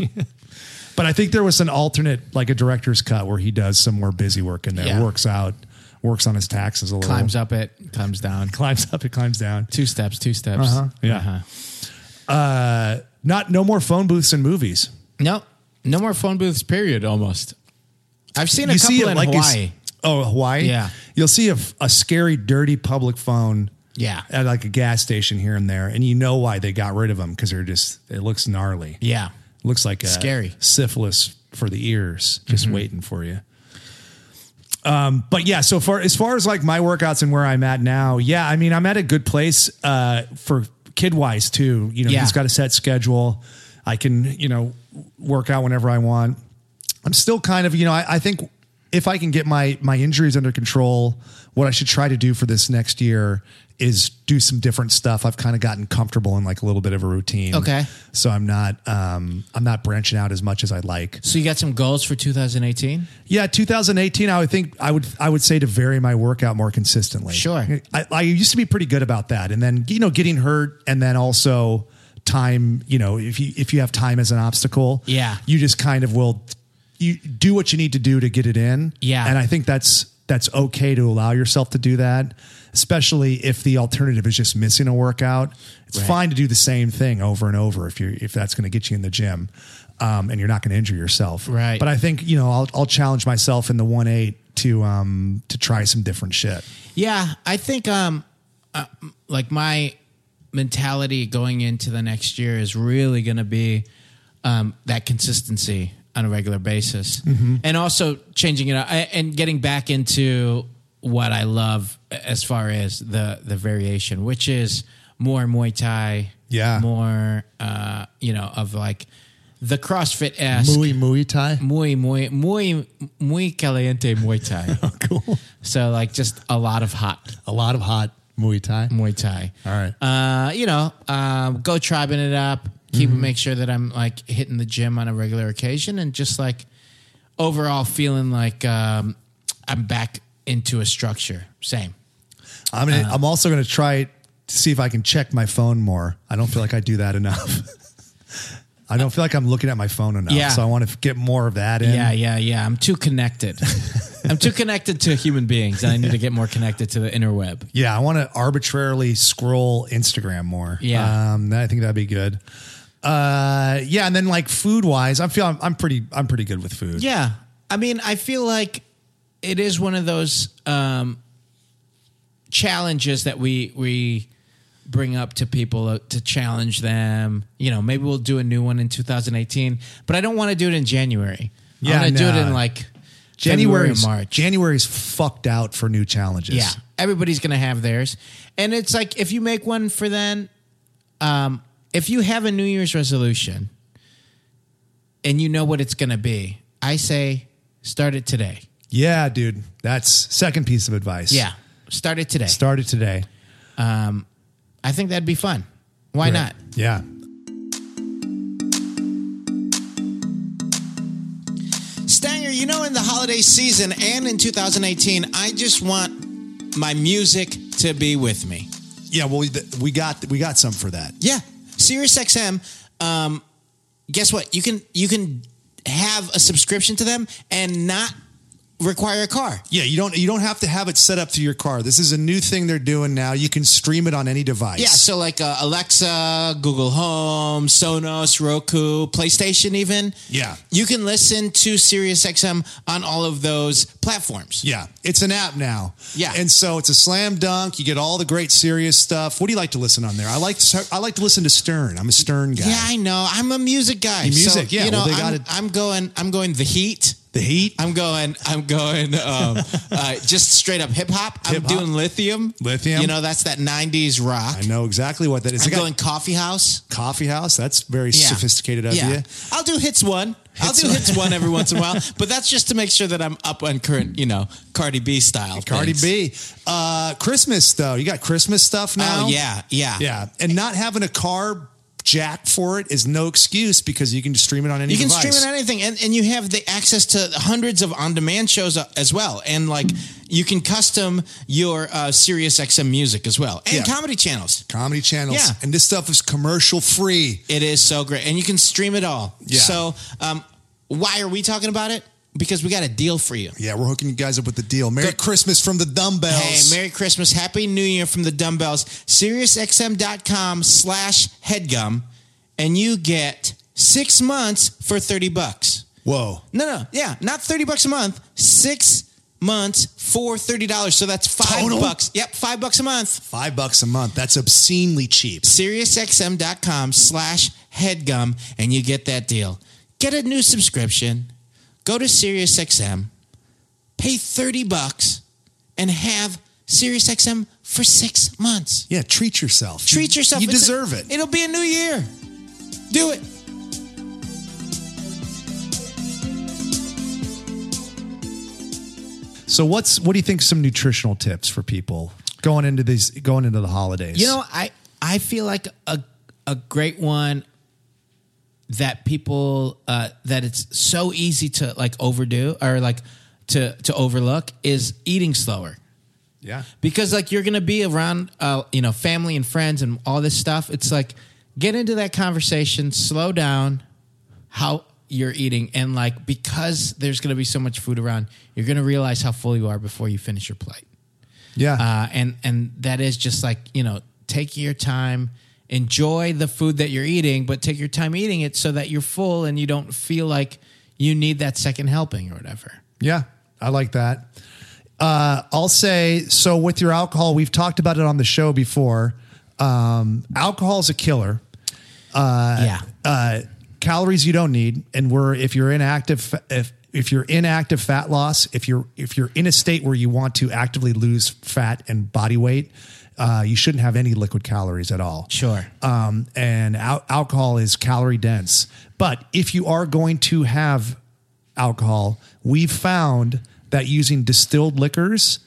S3: But I think there was an alternate, like a director's cut, where he does some more busy work in there.
S2: Yeah.
S3: Works out, works on his taxes a little.
S2: climbs up it, climbs down.
S3: climbs up, it climbs down.
S2: Two steps, two steps.
S3: Yeah.
S2: Uh-huh.
S3: Not no more phone booths in movies.
S2: No, no more phone booths, period, almost. I've seen a
S3: you
S2: couple
S3: see it
S2: in
S3: like you s-
S2: Hawaii.
S3: Oh, Hawaii.
S2: Yeah.
S3: you'll see a, a scary, dirty public phone.
S2: Yeah.
S3: at like a gas station here and there, and you know why they got rid of them because they're just it looks gnarly.
S2: yeah.
S3: looks like a
S2: Scary. Mm-hmm.
S3: syphilis for the ears, just waiting for you. Um, but yeah, so far as far as like my workouts and where I'm at now, yeah, I mean I'm at a good place uh, for kid wise too. You know,
S2: Yeah.
S3: he's got a set schedule. I can you know work out whenever I want. I'm still kind of you know I, I think if I can get my my injuries under control, what I should try to do for this next year is do some different stuff. I've kind of gotten comfortable in like a little bit of a routine.
S2: Okay.
S3: So I'm not um I'm not branching out as much as I'd like.
S2: So you got some goals for 2018?
S3: Yeah, 2018. I would think I would I would say to vary my workout more consistently.
S2: Sure.
S3: I, I used to be pretty good about that, and then you know getting hurt, and then also time. You know, if you if you have time as an obstacle,
S2: Yeah.
S3: you just kind of will you do what you need to do to get it in.
S2: Yeah.
S3: and I think that's that's okay to allow yourself to do that, especially if the alternative is just missing a workout. It's
S2: Right.
S3: fine to do the same thing over and over if you if that's going to get you in the gym. Um, and you're not going to injure yourself,
S2: Right.
S3: But I think you know I'll I'll challenge myself in the one eight to um to try some different shit.
S2: Yeah, I think um, uh, like my mentality going into the next year is really going to be um, that consistency on a regular basis, and also changing it up I- and getting back into what I love as far as the the variation, which is more Muay Thai,
S3: Yeah.
S2: more uh, you know of like the CrossFit esque
S3: Muay Thai.
S2: muy muy muy muy caliente Muay Thai.
S3: cool.
S2: So like just a lot of hot
S3: A lot of hot Muay Thai.
S2: Muay Thai.
S3: All right.
S2: Uh, you know, um, go tribing it up. Keep
S3: Mm-hmm.
S2: make sure that I'm like hitting the gym on a regular occasion and just like overall feeling like um, I'm back into a structure. Same.
S3: I'm gonna, I'm also going to try to see if I can check my phone more. I don't feel like I do that enough. I don't feel like I'm looking at my phone enough.
S2: Yeah.
S3: So I want to get more of that in.
S2: Yeah, yeah, yeah. I'm too connected. I'm too connected to human beings, and I need to get more connected to the interweb.
S3: Yeah, I want to arbitrarily scroll Instagram more.
S2: Yeah.
S3: um, that- I think that'd be good. Uh, yeah, and then like food wise, I feel I'm, I'm pretty I'm pretty good with food.
S2: Yeah. I mean, I feel like it is one of those um, challenges that we we bring up to people uh, to challenge them. You know, maybe we'll do a new one in 2018, but I don't want to do it in January.
S3: Yeah,
S2: I want to do it
S3: nah.
S2: in like January,
S3: January's
S2: or March.
S3: January's fucked out for new challenges.
S2: yeah. Everybody's going to have theirs. And it's like if you make one for then um, if you have a New Year's resolution and you know what it's going to be, I say start it today.
S3: yeah, dude. That's second piece of advice.
S2: Yeah. Start it today.
S3: start it today.
S2: Um, I think that'd be fun. Why not?
S3: Yeah,
S2: Stanger, you know, in the holiday season and in 2018, I just want my music to be with me.
S3: yeah. Well, we- th- we got we got some for that.
S2: Yeah. Sirius XM, um, guess what? You can you can have a subscription to them and not require a car.
S3: Yeah, you don't you don't have to have it set up through your car. This is a new thing they're doing now. You can stream it on any device.
S2: Yeah, so like uh, Alexa, Google Home, Sonos, Roku, PlayStation, even.
S3: Yeah.
S2: You can listen to Sirius XM on all of those platforms.
S3: Yeah, it's an app now.
S2: Yeah.
S3: and so it's a slam dunk. You get all the great serious stuff. What do you like to listen on there? I like to, I like to listen to Stern. I'm a Stern guy.
S2: Yeah, I know. I'm a music guy.
S3: Your music,
S2: so,
S3: yeah,
S2: You know,
S3: well, they
S2: I'm,
S3: gotta-
S2: I'm going. I'm going the heat.
S3: the Heat,
S2: I'm going. I'm going. Um, uh, just straight up hip hop. I'm
S3: Hip-hop.
S2: doing lithium.
S3: Lithium.
S2: You know, that's that '90s rock.
S3: I know exactly what that is.
S2: I'm
S3: They got
S2: going coffee house.
S3: coffee house. That's very
S2: Yeah.
S3: sophisticated of
S2: Yeah.
S3: you.
S2: I'll do hits one. I'll do hits one every once in a while, but that's just to make sure that I'm up on current, you know, Cardi B style.
S3: Cardi
S2: things.
S3: B. Uh, Christmas though, you got Christmas stuff now.
S2: Oh yeah, yeah,
S3: yeah, and not having a car jack for it is no excuse because you can just stream it on any.
S2: You can
S3: device.
S2: stream it on anything, and, and you have the access to hundreds of on-demand shows uh, as well, and like you can custom your uh, Sirius XM music as well, and
S3: Yeah.
S2: comedy channels.
S3: comedy channels.
S2: Yeah.
S3: and this stuff is commercial free.
S2: It is so great, and you can stream it all.
S3: Yeah.
S2: So, um, why are we talking about it? Because we got a deal for you.
S3: Yeah, we're hooking you guys up with the deal. Merry
S2: Good.
S3: Christmas from the dumbbells.
S2: Hey, Merry Christmas, Happy New Year from the dumbbells. SiriusXM.com slash headgum, and you get six months for thirty bucks.
S3: Whoa.
S2: No, no, yeah, not thirty bucks a month. Six months for thirty dollars. So that's five
S3: Total?
S2: bucks. Yep, five bucks a month.
S3: Five bucks a month. That's obscenely cheap.
S2: SiriusXM.com slash headgum and you get that deal. Get a new subscription. Go to SiriusXM, pay 30 bucks, and have SiriusXM for six months.
S3: Yeah, treat yourself.
S2: Treat yourself.
S3: You
S2: It's a-
S3: deserve it.
S2: It'll be a new year. Do it.
S3: So what's what do you think some nutritional tips for people going into these going into the holidays?
S2: You know, I I feel like a a great one that people uh, that it's so easy to like overdo or like to to overlook is eating slower
S3: Yeah.
S2: because like you're gonna be around uh, you know family and friends and all this stuff. It's like get into that conversation, slow down, how you're eating, and like because there's gonna be so much food around, you're gonna realize how full you are before you finish your plate
S3: Yeah.
S2: uh, and and that is just like you know take your time enjoy the food that you're eating but take your time eating it so that you're full and you don't feel like you need that second helping or whatever
S3: yeah. I like that. Uh, I'll say so with your alcohol, we've talked about it on the show before. Um, alcohol is a killer.
S2: yeah
S3: uh, calories you don't need, and we're if you're inactive if if you're in active fat loss, if you're if you're in a state where you want to actively lose fat and body weight, uh, you shouldn't have any liquid calories at all.
S2: Sure.
S3: Um, and al- alcohol is calorie dense, but if you are going to have alcohol, we've found that using distilled liquors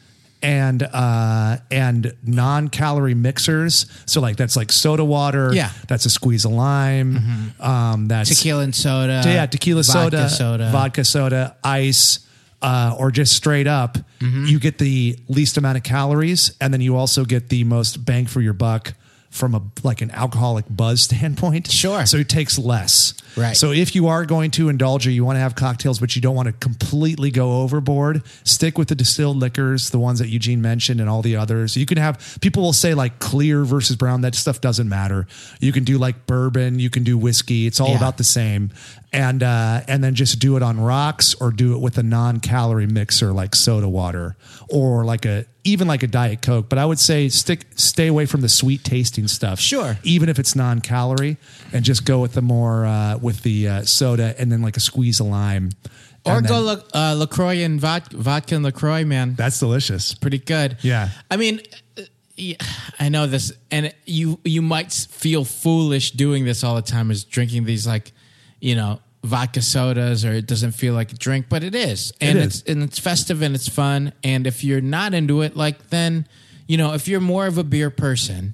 S3: and uh, and non-calorie mixers, so like that's like soda water,
S2: Yeah. Mm-hmm.
S3: that's a squeeze of lime. Um, that's
S2: tequila and soda
S3: yeah, tequila
S2: vodka
S3: soda,
S2: soda
S3: vodka soda, ice, uh, or just straight up.
S2: Mm-hmm.
S3: You get the least amount of calories, and then you also get the most bang for your buck from a like an alcoholic buzz standpoint.
S2: Sure.
S3: So it takes less.
S2: Right.
S3: So if you are going to indulge or you want to have cocktails, but you don't want to completely go overboard, stick with the distilled liquors, the ones that Eugene mentioned, and all the others. You can have people will say like clear versus brown. That stuff doesn't matter. You can do like bourbon, you can do whiskey. It's all
S2: Yeah.
S3: about the same. And uh, and then just do it on rocks or do it with a non-calorie mixer like soda water or like a even like a diet coke. But I would say stick stay away from the sweet tasting stuff.
S2: Sure.
S3: Even if it's non-calorie, and just go with the more uh, with the uh, soda and then like a squeeze of lime.
S2: Or
S3: And
S2: go
S3: then-
S2: La, uh, Lacroix and vod- vodka and Lacroix, man.
S3: That's delicious.
S2: pretty good.
S3: Yeah.
S2: I mean, uh, yeah, I know this, and you you might s- feel foolish doing this all the time, is drinking these like, you know, vodka sodas, or it doesn't feel like a drink, but it is, and
S3: is.
S2: it's and it's festive and it's fun. And if you're not into it, like then, you know, if you're more of a beer person,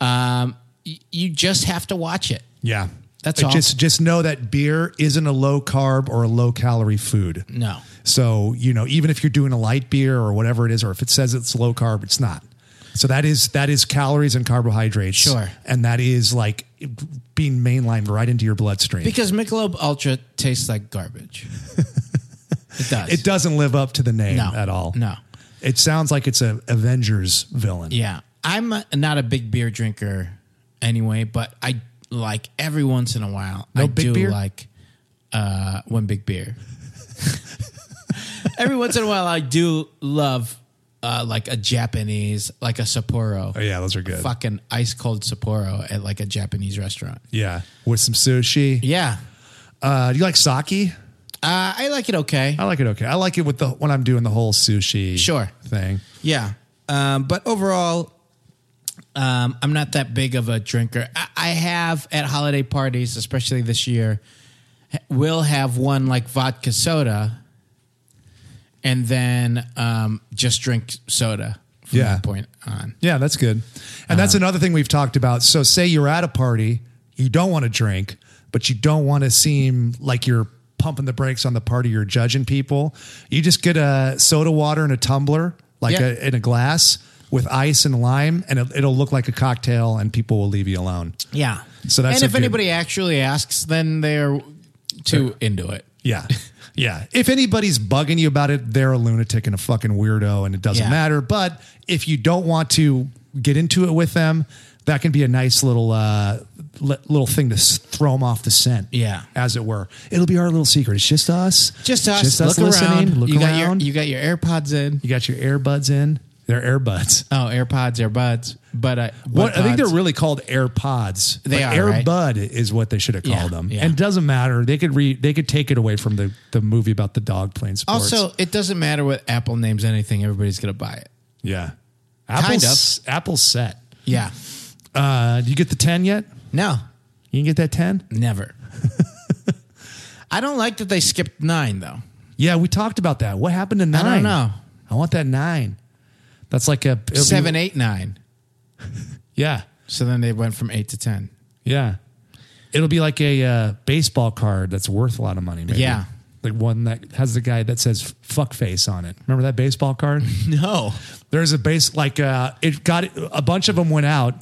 S2: um, y- you just have to watch it.
S3: Yeah.
S2: That's
S3: Uh,
S2: all.
S3: Just just know that beer isn't a low carb or a low calorie food.
S2: No.
S3: So, you know, even if you're doing a light beer or whatever it is, or if it says it's low carb, it's not. So that is that is calories and carbohydrates.
S2: Sure.
S3: And that is like being mainlined right into your bloodstream.
S2: Because Michelob Ultra tastes like garbage. it does.
S3: it doesn't live up to the name
S2: No.
S3: at all.
S2: No.
S3: It sounds like it's a Avengers villain.
S2: Yeah. I'm not a big beer drinker anyway, but I like every once in a while I
S3: big
S2: do
S3: beer?
S2: like uh one big beer. every once in a while I do love uh like a Japanese, like a Sapporo.
S3: Oh, yeah, those are good.
S2: Fucking ice cold Sapporo at like a Japanese restaurant.
S3: Yeah. With some sushi.
S2: Yeah.
S3: Uh, do you like sake?
S2: Uh, I like it okay.
S3: I like it okay. I like it with the when I'm doing the whole sushi
S2: Sure.
S3: thing.
S2: Yeah. Um, but overall, um, I'm not that big of a drinker. I, I have at holiday parties, especially this year, ha- will have one like vodka soda and then um, just drink soda from
S3: Yeah.
S2: that point on.
S3: Yeah, that's good. And that's
S2: Uh-huh.
S3: another thing we've talked about. So, say you're at a party, you don't want to drink, but you don't want to seem like you're pumping the brakes on the party, you're judging people. You just get a soda water in a tumbler, like
S2: Yeah.
S3: a, in a glass with ice and lime, and it, it'll look like a cocktail, and people will leave you alone.
S2: Yeah.
S3: So that's
S2: and
S3: a
S2: if
S3: good-
S2: anybody actually asks, then they're too into it.
S3: Yeah. Yeah. If anybody's bugging you about it, they're a lunatic and a fucking weirdo and it doesn't
S2: Yeah.
S3: matter. But if you don't want to get into it with them, that can be a nice little uh, li- little thing to s- throw them off the scent.
S2: Yeah.
S3: As it were. It'll be our little secret. It's just us.
S2: Just us. look around.
S3: Look
S2: you
S3: around.
S2: Got your,
S3: you-,
S2: you got your AirPods in.
S3: got your earbuds in. They're earbuds.
S2: Oh, AirPods, AirBuds. But uh, I,
S3: What, I think they're
S2: Buds.
S3: really called AirPods.
S2: They
S3: but
S2: are, right?
S3: Airbud is what they should have
S2: Yeah,
S3: called them.
S2: yeah.
S3: And it doesn't matter. They could re- they could take it away from the, the movie about the dog playing sports.
S2: Also, it doesn't matter what Apple names anything, everybody's going to buy it.
S3: Yeah.
S2: Kind
S3: Apple's, Apple's set.
S2: Yeah.
S3: Uh, do you get the 10 yet?
S2: No,
S3: You can get that 10?
S2: never. I don't like that they skipped nine, though.
S3: Yeah, we talked about that. What happened to 9?
S2: don't know.
S3: I want that 9. That's like a it'll be-
S2: Seven, eight, nine.
S3: yeah.
S2: So then they went from eight to 10.
S3: Yeah. It'll be like a uh, baseball card that's worth a lot of money, maybe.
S2: Yeah.
S3: Like one that has the guy that says fuck face on it. Remember that baseball card?
S2: No.
S3: There's a base like uh, it got a bunch of them went out,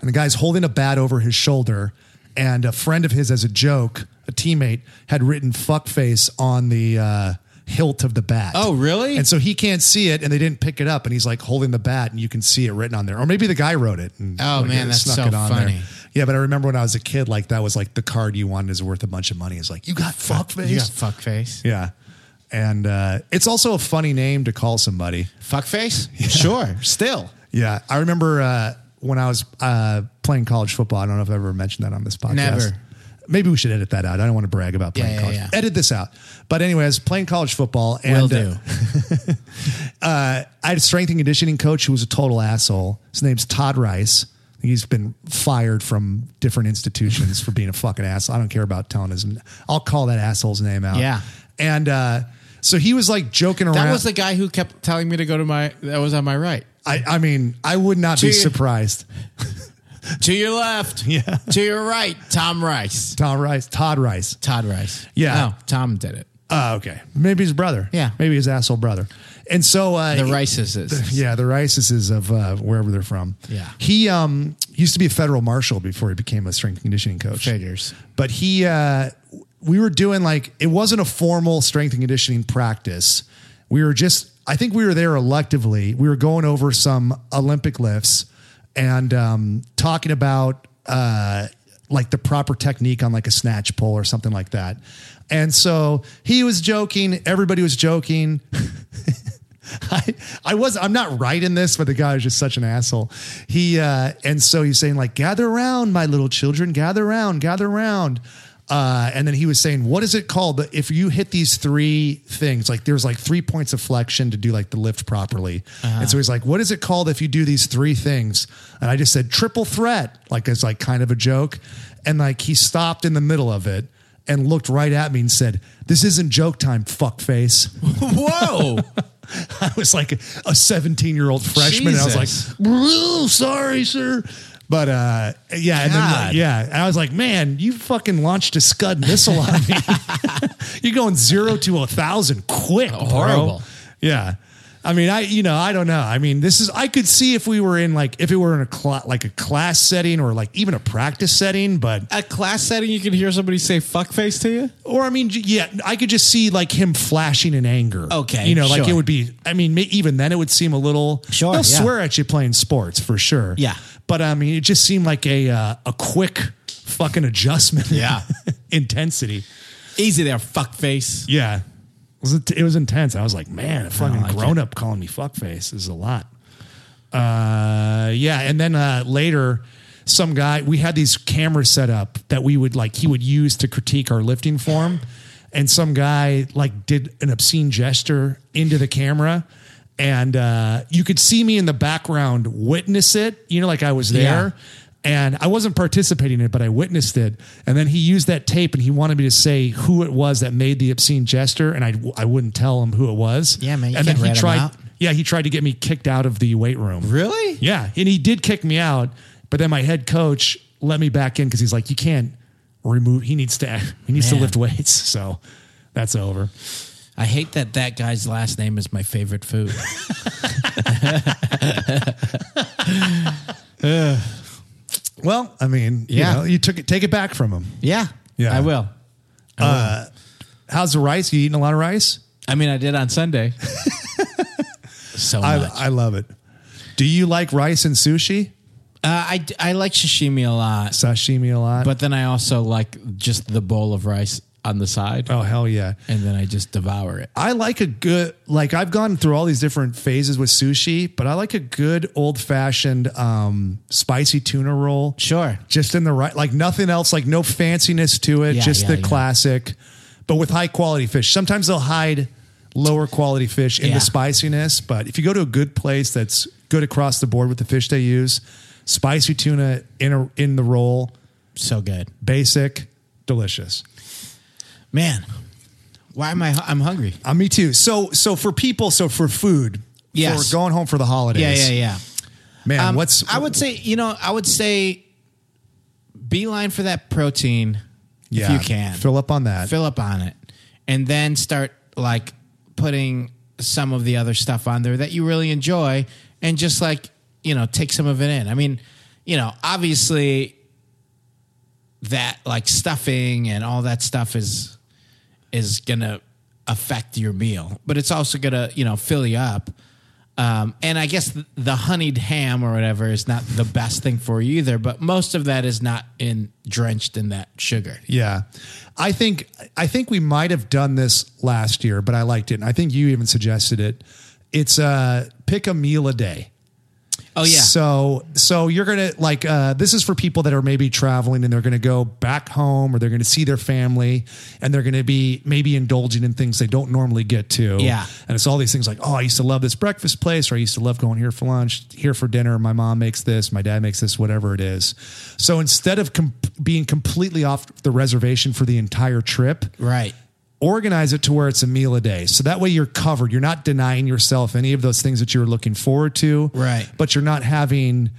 S3: and the guy's holding a bat over his shoulder, and a friend of his, as a joke, a teammate, had written "fuckface" on the uh, hilt of the bat.
S2: Oh, really?
S3: And so he can't see it, and they didn't pick it up, and he's like holding the bat, and you can see it written on there, or maybe the guy wrote it. And,
S2: Oh,
S3: like,
S2: man,
S3: it
S2: that's
S3: snuck
S2: so
S3: it on there.
S2: funny.
S3: Yeah, but I remember when I was a kid, like that was like the card you wanted is worth a bunch of money. It's like you got fuckface.
S2: You got fuckface.
S3: yeah. And uh, it's also a funny name to call somebody.
S2: Fuckface? Sure. Still.
S3: Yeah, I remember uh, when I was uh, playing college football. I don't know if I've ever mentioned that on this podcast.
S2: Never.
S3: Maybe we should edit that out. I don't want to brag about playing
S2: Yeah, yeah,
S3: college.
S2: yeah.
S3: Edit this out. But anyways, playing college football and
S2: Will
S3: uh,
S2: do.
S3: I had a strength and conditioning coach who was a total asshole. His name's Todd Rice. He's been fired from different institutions for being a fucking asshole. I don't care about telling his. I'll call that asshole's name out.
S2: Yeah.
S3: And uh, so he was like joking around.
S2: that was the guy who kept telling me to go to my, that was on my right.
S3: I, I mean, I would not be
S2: To-
S3: surprised.
S2: To your left.
S3: Yeah.
S2: To your right, Tom Rice.
S3: Todd Rice. Todd Rice.
S2: Todd Rice.
S3: Yeah.
S2: No, Tom did it.
S3: Oh, okay. Maybe his brother.
S2: Yeah.
S3: Maybe his asshole brother. And so uh,
S2: The
S3: he-
S2: rices is.
S3: yeah, the Riceses of uh, wherever they're from.
S2: Yeah.
S3: he um used to be a federal marshal before he became a strength and conditioning coach.
S2: Figures.
S3: But he, uh, we were doing like it wasn't a formal strength and conditioning practice. We were just, I think we were there electively. We were going over some Olympic lifts and um, talking about uh, like the proper technique on like a snatch pull or something like that. And so he was joking. Everybody was joking. I, I was I'm not right in this, but the guy was just such an asshole. He uh, and so he's saying like, gather around, my little children, gather around, gather around. Uh, and then he was saying, what is it called? But If you hit these three things, like there's like three points of flexion to do like the lift properly. And so he's like, what is it called if you do these three things? And I just said triple threat, like as like kind of a joke. And like he stopped in the middle of it and looked right at me and said, this isn't joke time, fuck face.
S2: Whoa.
S3: I was like a 17 year old freshman. And I
S2: Jesus.
S3: was like, "Ooh, sorry, sir. But uh, yeah, and
S2: God.
S3: then, yeah, and I was like, man, you fucking launched a Scud missile on me. You're going zero to a thousand quick, bro.
S2: Horrible.
S3: Yeah, I mean, I you know, I don't know. I mean, this is I could see if we were in like if it were in a cla like a class setting or like even a practice setting, but
S2: a class setting, you can hear somebody say fuckface to you?
S3: or I mean, j- yeah, I could just see like him flashing in anger.
S2: Okay,
S3: you know, like
S2: sure.
S3: it would be. I mean, ma- even then, it would seem a little.
S2: Sure,
S3: they'll
S2: yeah.
S3: swear at you playing sports for sure.
S2: Yeah.
S3: but I mean, it just seemed like a uh, a quick fucking adjustment.
S2: Yeah.
S3: intensity.
S2: Easy there, fuckface.
S3: Yeah, it was, it was intense. I was like, man, a fucking
S2: like
S3: grown up calling me fuckface is a lot. Uh, yeah, and then uh, later, some guy we had these cameras set up that we would like he would use to critique our lifting form, and some guy like did an obscene gesture into the camera. And uh, you could see me in the background witness it, you know, like I was there and I wasn't participating in it, but I witnessed it. And then he used that tape, and he wanted me to say who it was that made the obscene gesture, and I I wouldn't tell him who it was.
S2: Yeah, man, you
S3: and
S2: can't rat
S3: then he
S2: 'em
S3: tried.
S2: out.
S3: Yeah, he tried to get me kicked out of the weight room.
S2: Really?
S3: Yeah, and he did kick me out, but then my head coach let me back in because he's like, you can't remove. He needs to. He needs
S2: Man.
S3: to lift weights. So that's over.
S2: I hate that that guy's last name is my favorite food.
S3: Well, I mean,
S2: Yeah.
S3: you, know, you took it. Take it back from him.
S2: yeah.
S3: Yeah.
S2: I will.
S3: How's the rice? You eating a lot of rice?
S2: I mean, I did on Sunday. so much.
S3: I I love it. Do you like rice and sushi?
S2: Uh, I, d- I like sashimi a lot,
S3: Sashimi a lot.
S2: but then I also like just the bowl of rice on the side,
S3: Oh hell yeah.
S2: and then I just devour it.
S3: I like a good like I've gone through all these different phases with sushi, but I like a good old fashioned um spicy tuna roll.
S2: Sure.
S3: Just in the right like nothing else, like no fanciness to it,
S2: Yeah,
S3: just
S2: yeah,
S3: the
S2: yeah.
S3: classic, but with high quality fish. Sometimes they'll hide lower quality fish in
S2: Yeah.
S3: the spiciness, but if you go to a good place that's good across the board with the fish they use, spicy tuna in a, in the roll,
S2: So good,
S3: basic, delicious.
S2: man. Why am I? hu- I'm hungry.
S3: Uh, me too. So so for people, so for food,
S2: Yes.
S3: for going home for the holidays.
S2: Yeah, yeah, yeah.
S3: Man,
S2: Um,
S3: what's
S2: I would say, you know, I would say, beeline for that protein
S3: yeah,
S2: if you can.
S3: fill up on that.
S2: fill up on it and then start like putting some of the other stuff on there that you really enjoy and just like you know take some of it in i mean you know obviously that like stuffing and all that stuff is is gonna affect your meal but it's also gonna you know fill you up um, and i guess th- the honeyed ham or whatever is not the best thing for you either but most of that is not in drenched in that sugar
S3: yeah, I think I think we might have done this last year, but I liked it, and I think you even suggested it. It's uh, pick a meal a day.
S2: oh yeah
S3: So so you're gonna like uh, this is for people that are maybe traveling and they're gonna go back home or they're gonna see their family and they're gonna be maybe indulging in things they don't normally get to.
S2: Yeah.
S3: And it's all these things like, oh, I used to love this breakfast place, or I used to love going here for lunch, here for dinner. My mom makes this, my dad makes this, whatever it is. So instead of com- being completely off the reservation for the entire trip,
S2: Right.
S3: organize it to where it's a meal a day. So that way you're covered. You're not denying yourself any of those things that you're looking forward to.
S2: Right.
S3: But you're not having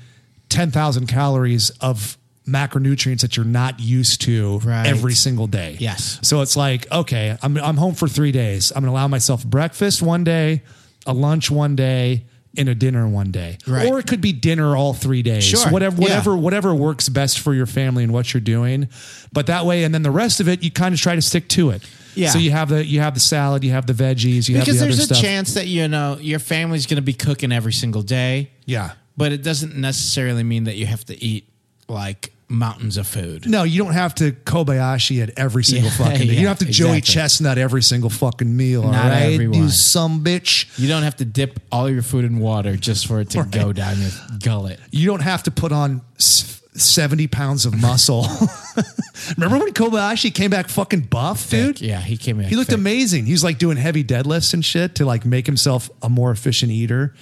S3: 10,000 calories of macronutrients that you're not used to
S2: Right.
S3: every single day.
S2: Yes.
S3: So it's like, okay, I'm, I'm home for three days. I'm going to allow myself breakfast one day, a lunch one day and a dinner one day,
S2: Right.
S3: or it could be dinner all three days.
S2: Sure.
S3: Whatever,
S2: Yeah.
S3: whatever, whatever works best for your family and what you're doing. But that way, and then the rest of it, you kind of try to stick to it.
S2: Yeah.
S3: So you have the you have the salad, you have the veggies, you
S2: because
S3: have the
S2: there's
S3: other
S2: a
S3: stuff.
S2: chance that you know your family's going to be cooking every single day.
S3: yeah.
S2: but it doesn't necessarily mean that you have to eat like mountains of food.
S3: No, you don't have to Kobayashi at every single
S2: Yeah,
S3: fucking. day.
S2: yeah,
S3: you don't have to Joey
S2: exactly.
S3: Chestnut every single fucking meal.
S2: Not
S3: all right, you
S2: everyone.
S3: some bitch.
S2: You don't have to dip all your food in water just for it to go down your gullet.
S3: You don't have to put on s- seventy pounds of muscle. Remember when Kobayashi came back fucking buff, dude?
S2: yeah, he came in.
S3: He looked amazing. He was like doing heavy deadlifts and shit to like make himself a more efficient eater.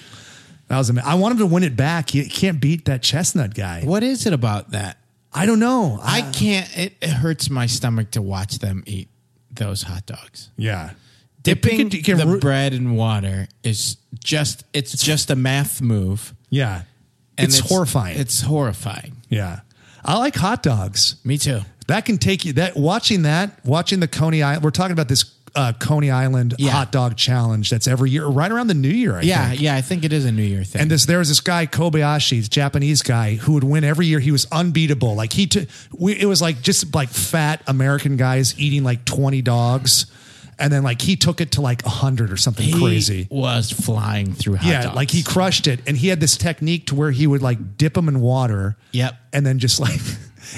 S3: That was amazing. I want him to win it back. He can't beat that chestnut guy.
S2: What is it about that?
S3: I don't know. I,
S2: I can't. It, it hurts my stomach to watch them eat those hot dogs.
S3: yeah.
S2: Dipping
S3: You can- you can
S2: the
S3: ru-
S2: bread in water is just. It's just a math move.
S3: Yeah.
S2: and
S3: it's, horrifying.
S2: It's horrifying.
S3: yeah. I like hot dogs.
S2: Me too.
S3: That can take you that watching that, watching the Coney Island. We're talking about this uh, Coney Island
S2: Yeah.
S3: hot dog challenge that's every year, right around the New Year. I
S2: Yeah,
S3: think.
S2: yeah. I think it is a New Year thing.
S3: And this, there was this guy Kobayashi, this Japanese guy, who would win every year. He was unbeatable. Like he, took, we, it was like just like fat American guys eating like twenty dogs, and then like he took it to like hundred or something
S2: He
S3: crazy.
S2: was flying through hot
S3: Yeah,
S2: dogs.
S3: like he crushed it, and he had this technique to where he would like dip them in water.
S2: Yep.
S3: and then just like,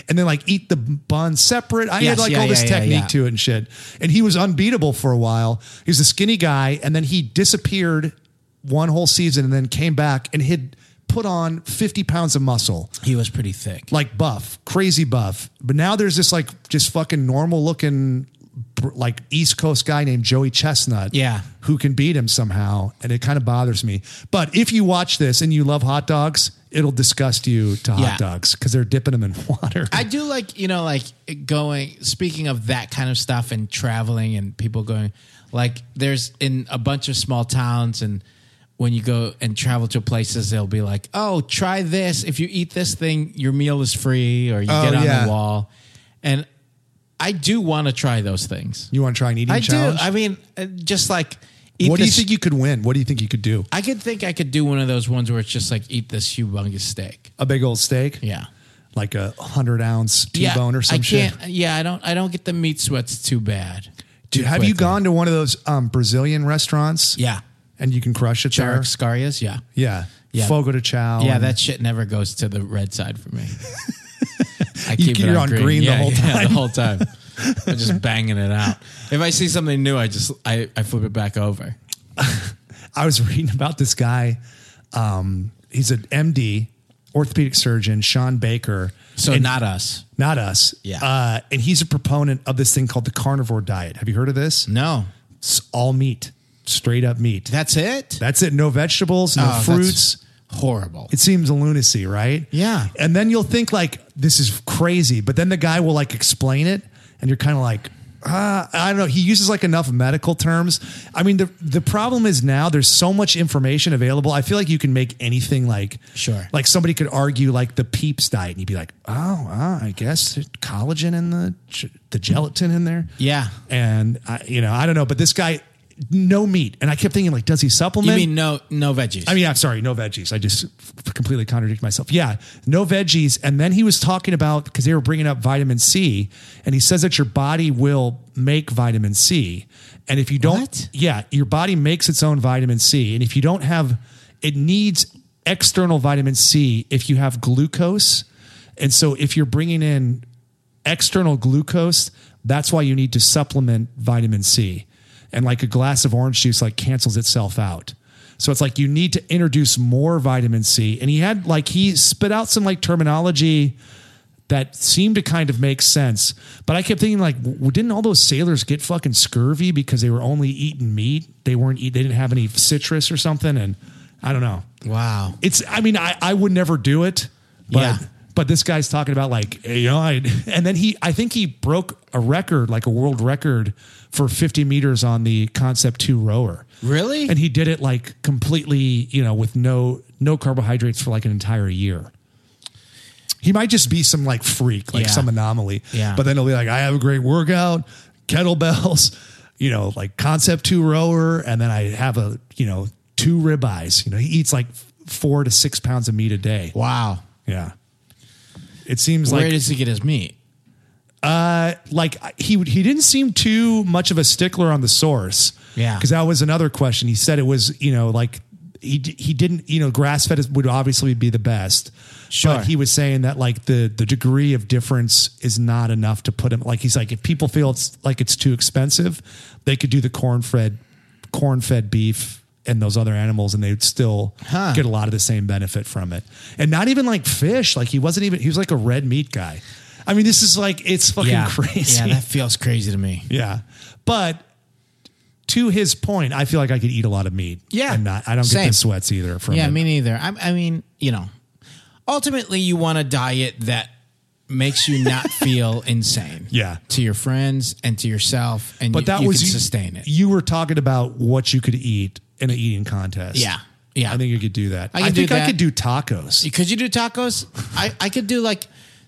S3: and then like eat the bun separate. I had
S2: Yes,
S3: like
S2: yeah,
S3: all this
S2: yeah, yeah,
S3: technique
S2: yeah.
S3: to it and shit. And he was unbeatable for a while. He was a skinny guy, and then he disappeared one whole season, and then came back and had put on fifty pounds of muscle,
S2: he was pretty thick.
S3: like buff, crazy buff. But now there's this like just fucking normal looking. br- Like East Coast guy named Joey Chestnut,
S2: Yeah.
S3: who can beat him somehow, and it kind of bothers me. But if you watch this and you love hot dogs, it'll disgust you to hot
S2: Yeah.
S3: dogs because they're dipping them in water.
S2: I do like, you know, like going, speaking of that kind of stuff and traveling and people going, like, there's in a bunch of small towns, and when you go and travel to places, they'll be like, oh, try this. If you eat this thing, your meal is free, or you
S3: Oh,
S2: get on
S3: yeah.
S2: the wall. And I do want to try those things.
S3: you want to try an eating
S2: I
S3: challenge?
S2: do. I mean, uh, just like, eat
S3: what do you
S2: this-
S3: think you could win? What do you think you could do?
S2: I could think I could do one of those ones where it's just like, eat this humongous steak.
S3: A big old steak,
S2: Yeah.
S3: like a hundred ounce T-bone or some
S2: I
S3: shit.
S2: can't, Yeah, I don't. I don't get the meat sweats too bad.
S3: Dude,
S2: Too
S3: have you
S2: quickly.
S3: gone to one of those um, Brazilian restaurants?
S2: Yeah,
S3: and you can crush it
S2: Derek
S3: there.
S2: Scarias. Yeah,
S3: Yeah,
S2: Yeah.
S3: Fogo de Chao.
S2: yeah.
S3: Oh, and-
S2: That shit never goes to the red side for me. I
S3: You-
S2: keep it
S3: you're on green the
S2: Yeah,
S3: whole
S2: yeah, the whole time. I'm just banging it out. If I see something new, I just I, I flip it back over.
S3: I was reading about this guy. Um, he's an MD, orthopedic surgeon, Sean Baker.
S2: So
S3: And-
S2: not us.
S3: Not us.
S2: Yeah.
S3: Uh, and he's a proponent of this thing called the carnivore diet. Have you heard of this?
S2: No,
S3: It's all meat, straight up meat.
S2: that's it.
S3: That's it. No vegetables, no
S2: Oh, that's
S3: fruits.
S2: horrible.
S3: It seems lunacy, right?
S2: Yeah.
S3: And then you'll think like this is crazy, but then the guy will like explain it, and you're kind of like, ah, I don't know. He uses like enough medical terms. I mean, the the problem is now there's so much information available. I feel like you can make anything like
S2: Sure.
S3: Like somebody could argue like the Peeps diet, and you'd be like, oh, ah, I guess collagen in the ge- the gelatin in there.
S2: Yeah.
S3: And I, you know, I don't know, but this guy. No meat, and I kept thinking, like, does he supplement?
S2: You mean no no veggies?
S3: I mean, I'm sorry, no veggies. I just f- completely contradict myself. Yeah, no veggies. And then he was talking about because they were bringing up vitamin C, and he says that your body will make vitamin C, and if you don't,
S2: What?
S3: yeah, your body makes its own vitamin C, and if you don't have, it needs external vitamin C if you have glucose, and so if you're bringing in external glucose, that's why you need to supplement vitamin C. And like a glass of orange juice like cancels itself out. So it's like you need to introduce more vitamin C. And he had like he spit out some like terminology that seemed to kind of make sense. But I kept thinking like w- didn't all those sailors get fucking scurvy because they were only eating meat? They weren't eat they didn't have any citrus or something and I don't know.
S2: wow.
S3: It's I mean I I would never do it, but
S2: Yeah.
S3: but this guy's talking about like you know I, and then he I think he broke a record like a world record for 50 meters on the concept 2 rower.
S2: Really?
S3: And he did it like completely, you know, with no no carbohydrates for like an entire year. He might just be some like freak, like
S2: Yeah.
S3: some anomaly.
S2: Yeah.
S3: But then he'll be like, I have a great workout, kettlebells, you know, like concept two rower, and then I have a, you know, two ribeyes. You know, he eats like f- four to six pounds of meat a day.
S2: Wow.
S3: Yeah. It seems
S2: Where
S3: like
S2: does he get his meat?
S3: like I- he would- he didn't seem too much of a stickler on the source.
S2: Yeah.
S3: because that was another question. He said it was you know like he d- he didn't you know grass fed would obviously be the best.
S2: Sure.
S3: But he was saying that like the the degree of difference is not enough to put him like he's like if people feel it's like it's too expensive, they could do the corn fed corn fed beef and those other animals and they would still get a lot of the same benefit from it. And not even like fish, like he wasn't even he was like a red meat guy. I mean, this is like it's fucking crazy.
S2: Yeah, that feels crazy to me.
S3: Yeah. But to his point, I feel like I could eat a lot of meat.
S2: Yeah.
S3: And not, I don't get
S2: Same.
S3: the sweats either from
S2: Yeah,
S3: it.
S2: me neither. I, I mean, you know, ultimately, you want a diet that makes you not feel insane.
S3: Yeah.
S2: to your friends and to yourself, and
S3: but
S2: you,
S3: that
S2: you
S3: was
S2: can sustain it.
S3: You were talking about what you could eat in an eating contest.
S2: Yeah. Yeah.
S3: I think you could do that.
S2: I
S3: I,
S2: can do
S3: think I
S2: that.
S3: could do tacos.
S2: could you do tacos? I, I could do like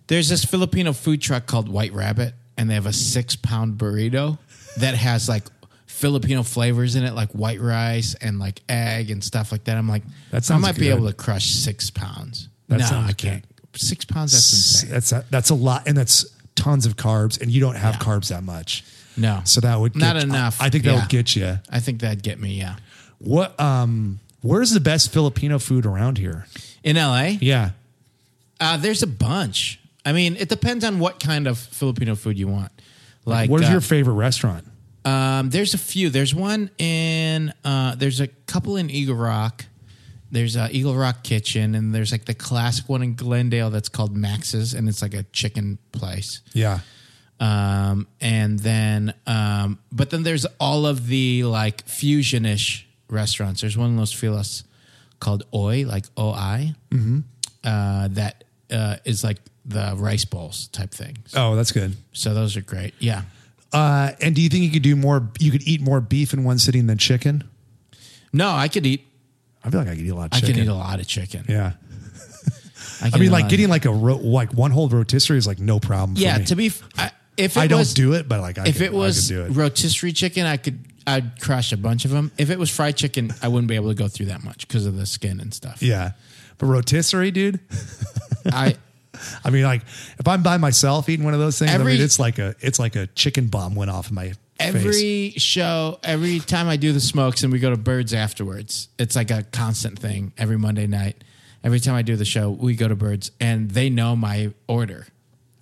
S2: there's this Filipino food truck called White Rabbit, and they have a six pound burrito that has like Filipino flavors in it, like white rice and like egg and stuff like that. I'm like,
S3: That
S2: I
S3: sounds
S2: might be
S3: good.
S2: able to crush six pounds.
S3: That
S2: no,
S3: sounds
S2: I
S3: good.
S2: can't. Six pounds, that's insane.
S3: That's a, that's a lot. And that's tons of carbs. And you don't have carbs that much.
S2: No.
S3: So that would
S2: Not
S3: get-
S2: enough.
S3: I, think that would
S2: Yeah.
S3: get you.
S2: I think that'd get me, yeah.
S3: What, um, where's the best Filipino food around here?
S2: In LA,
S3: Yeah.
S2: uh, there's a bunch. I mean, it depends on what kind of Filipino food you want. Like,
S3: Where's
S2: uh,
S3: your favorite restaurant?
S2: um, there's a few. There's one in, uh, there's a couple in Eagle Rock. There's uh, Eagle Rock Kitchen, and there's like the classic one in Glendale that's called Max's, and it's like a chicken place.
S3: Yeah.
S2: Um, and then, um, but then there's all of the like fusionish restaurants. There's one in Los Feliz called Oi, like OI, mm-hmm. uh, that uh, is like the rice bowls type things.
S3: Oh, that's good.
S2: So those are great. Yeah.
S3: Uh, and do you think you could do more? You could eat more beef in one sitting than chicken.
S2: No, I could eat.
S3: I feel like I could eat a lot.
S2: I
S3: of chicken.
S2: can eat a lot of chicken.
S3: Yeah,
S2: I,
S3: I
S2: can eat
S3: mean,
S2: a
S3: like
S2: lot
S3: getting
S2: Of,
S3: like a ro- like one whole rotisserie is like no problem.
S2: yeah.
S3: for me.
S2: To be, f- I, if it
S3: I don't
S2: was,
S3: do it, but like I
S2: if
S3: could,
S2: it was
S3: I could do it.
S2: rotisserie chicken, I could. I'd crush a bunch of them. If it was fried chicken, I wouldn't be able to go through that much because of the skin and stuff.
S3: Yeah, but rotisserie, dude.
S2: I
S3: I mean, like if I'm by myself eating one of those things,
S2: Every-
S3: I mean, it's like a it's like a chicken bomb went off in my face.
S2: every show, every time I do the smokes and we go to Birds afterwards, it's like a constant thing every Monday night. Every time I do the show, we go to Birds and they know my order,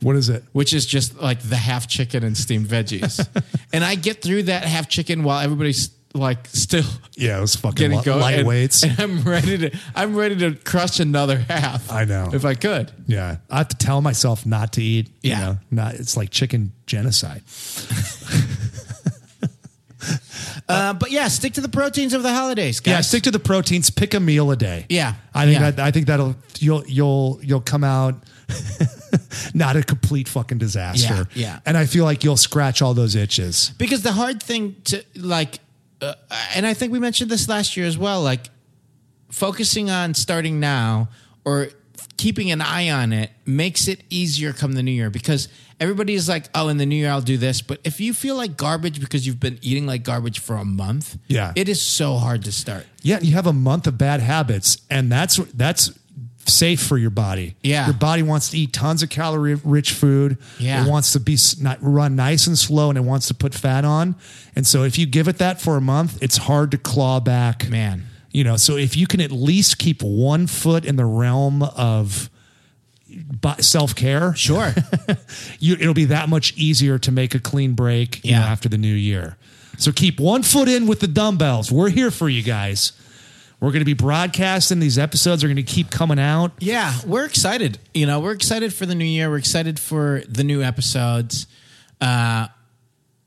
S3: What is it?
S2: which is just like the half chicken and steamed veggies. and I get through that half chicken while everybody's like still
S3: Yeah, it was fucking
S2: getting
S3: li-
S2: going. and-
S3: lightweights.
S2: And, I'm ready to I'm ready to crush another half.
S3: I know.
S2: If I could.
S3: yeah, I have to tell myself not to eat.
S2: Yeah.
S3: you know, not it's like chicken genocide.
S2: Uh, but yeah, stick to the proteins of the holidays, guys.
S3: Yeah, stick to the proteins. Pick a meal a day.
S2: Yeah.
S3: I think
S2: Yeah.
S3: that I think that'll you'll you'll you'll come out not a complete fucking disaster.
S2: Yeah, yeah.
S3: And I feel like you'll scratch all those itches.
S2: because the hard thing to like uh, and i think we mentioned this last year as well like focusing on starting now or keeping an eye on it makes it easier come the new year because everybody is like oh in the new year i'll do this but if you feel like garbage because you've been eating like garbage for a month
S3: Yeah.
S2: it is so hard to start
S3: Yeah, you have a month of bad habits, and that's that's safe for your body.
S2: Yeah.
S3: your body wants to eat tons of calorie rich food.
S2: Yeah.
S3: it wants to be s- not run nice and slow, and it wants to put fat on. And so, if you give it that for a month, it's hard to claw back.
S2: Man.
S3: you know. So if you can at least keep one foot in the realm of uh, self care,
S2: sure
S3: you, it'll be that much easier to make a clean break you
S2: Yeah.
S3: know, after the new year. So keep one foot in with the dumbbells. We're here for you guys. We're going to be broadcasting. These episodes are going to keep coming out.
S2: yeah we're excited you know we're excited for the new year we're excited for the new episodes uh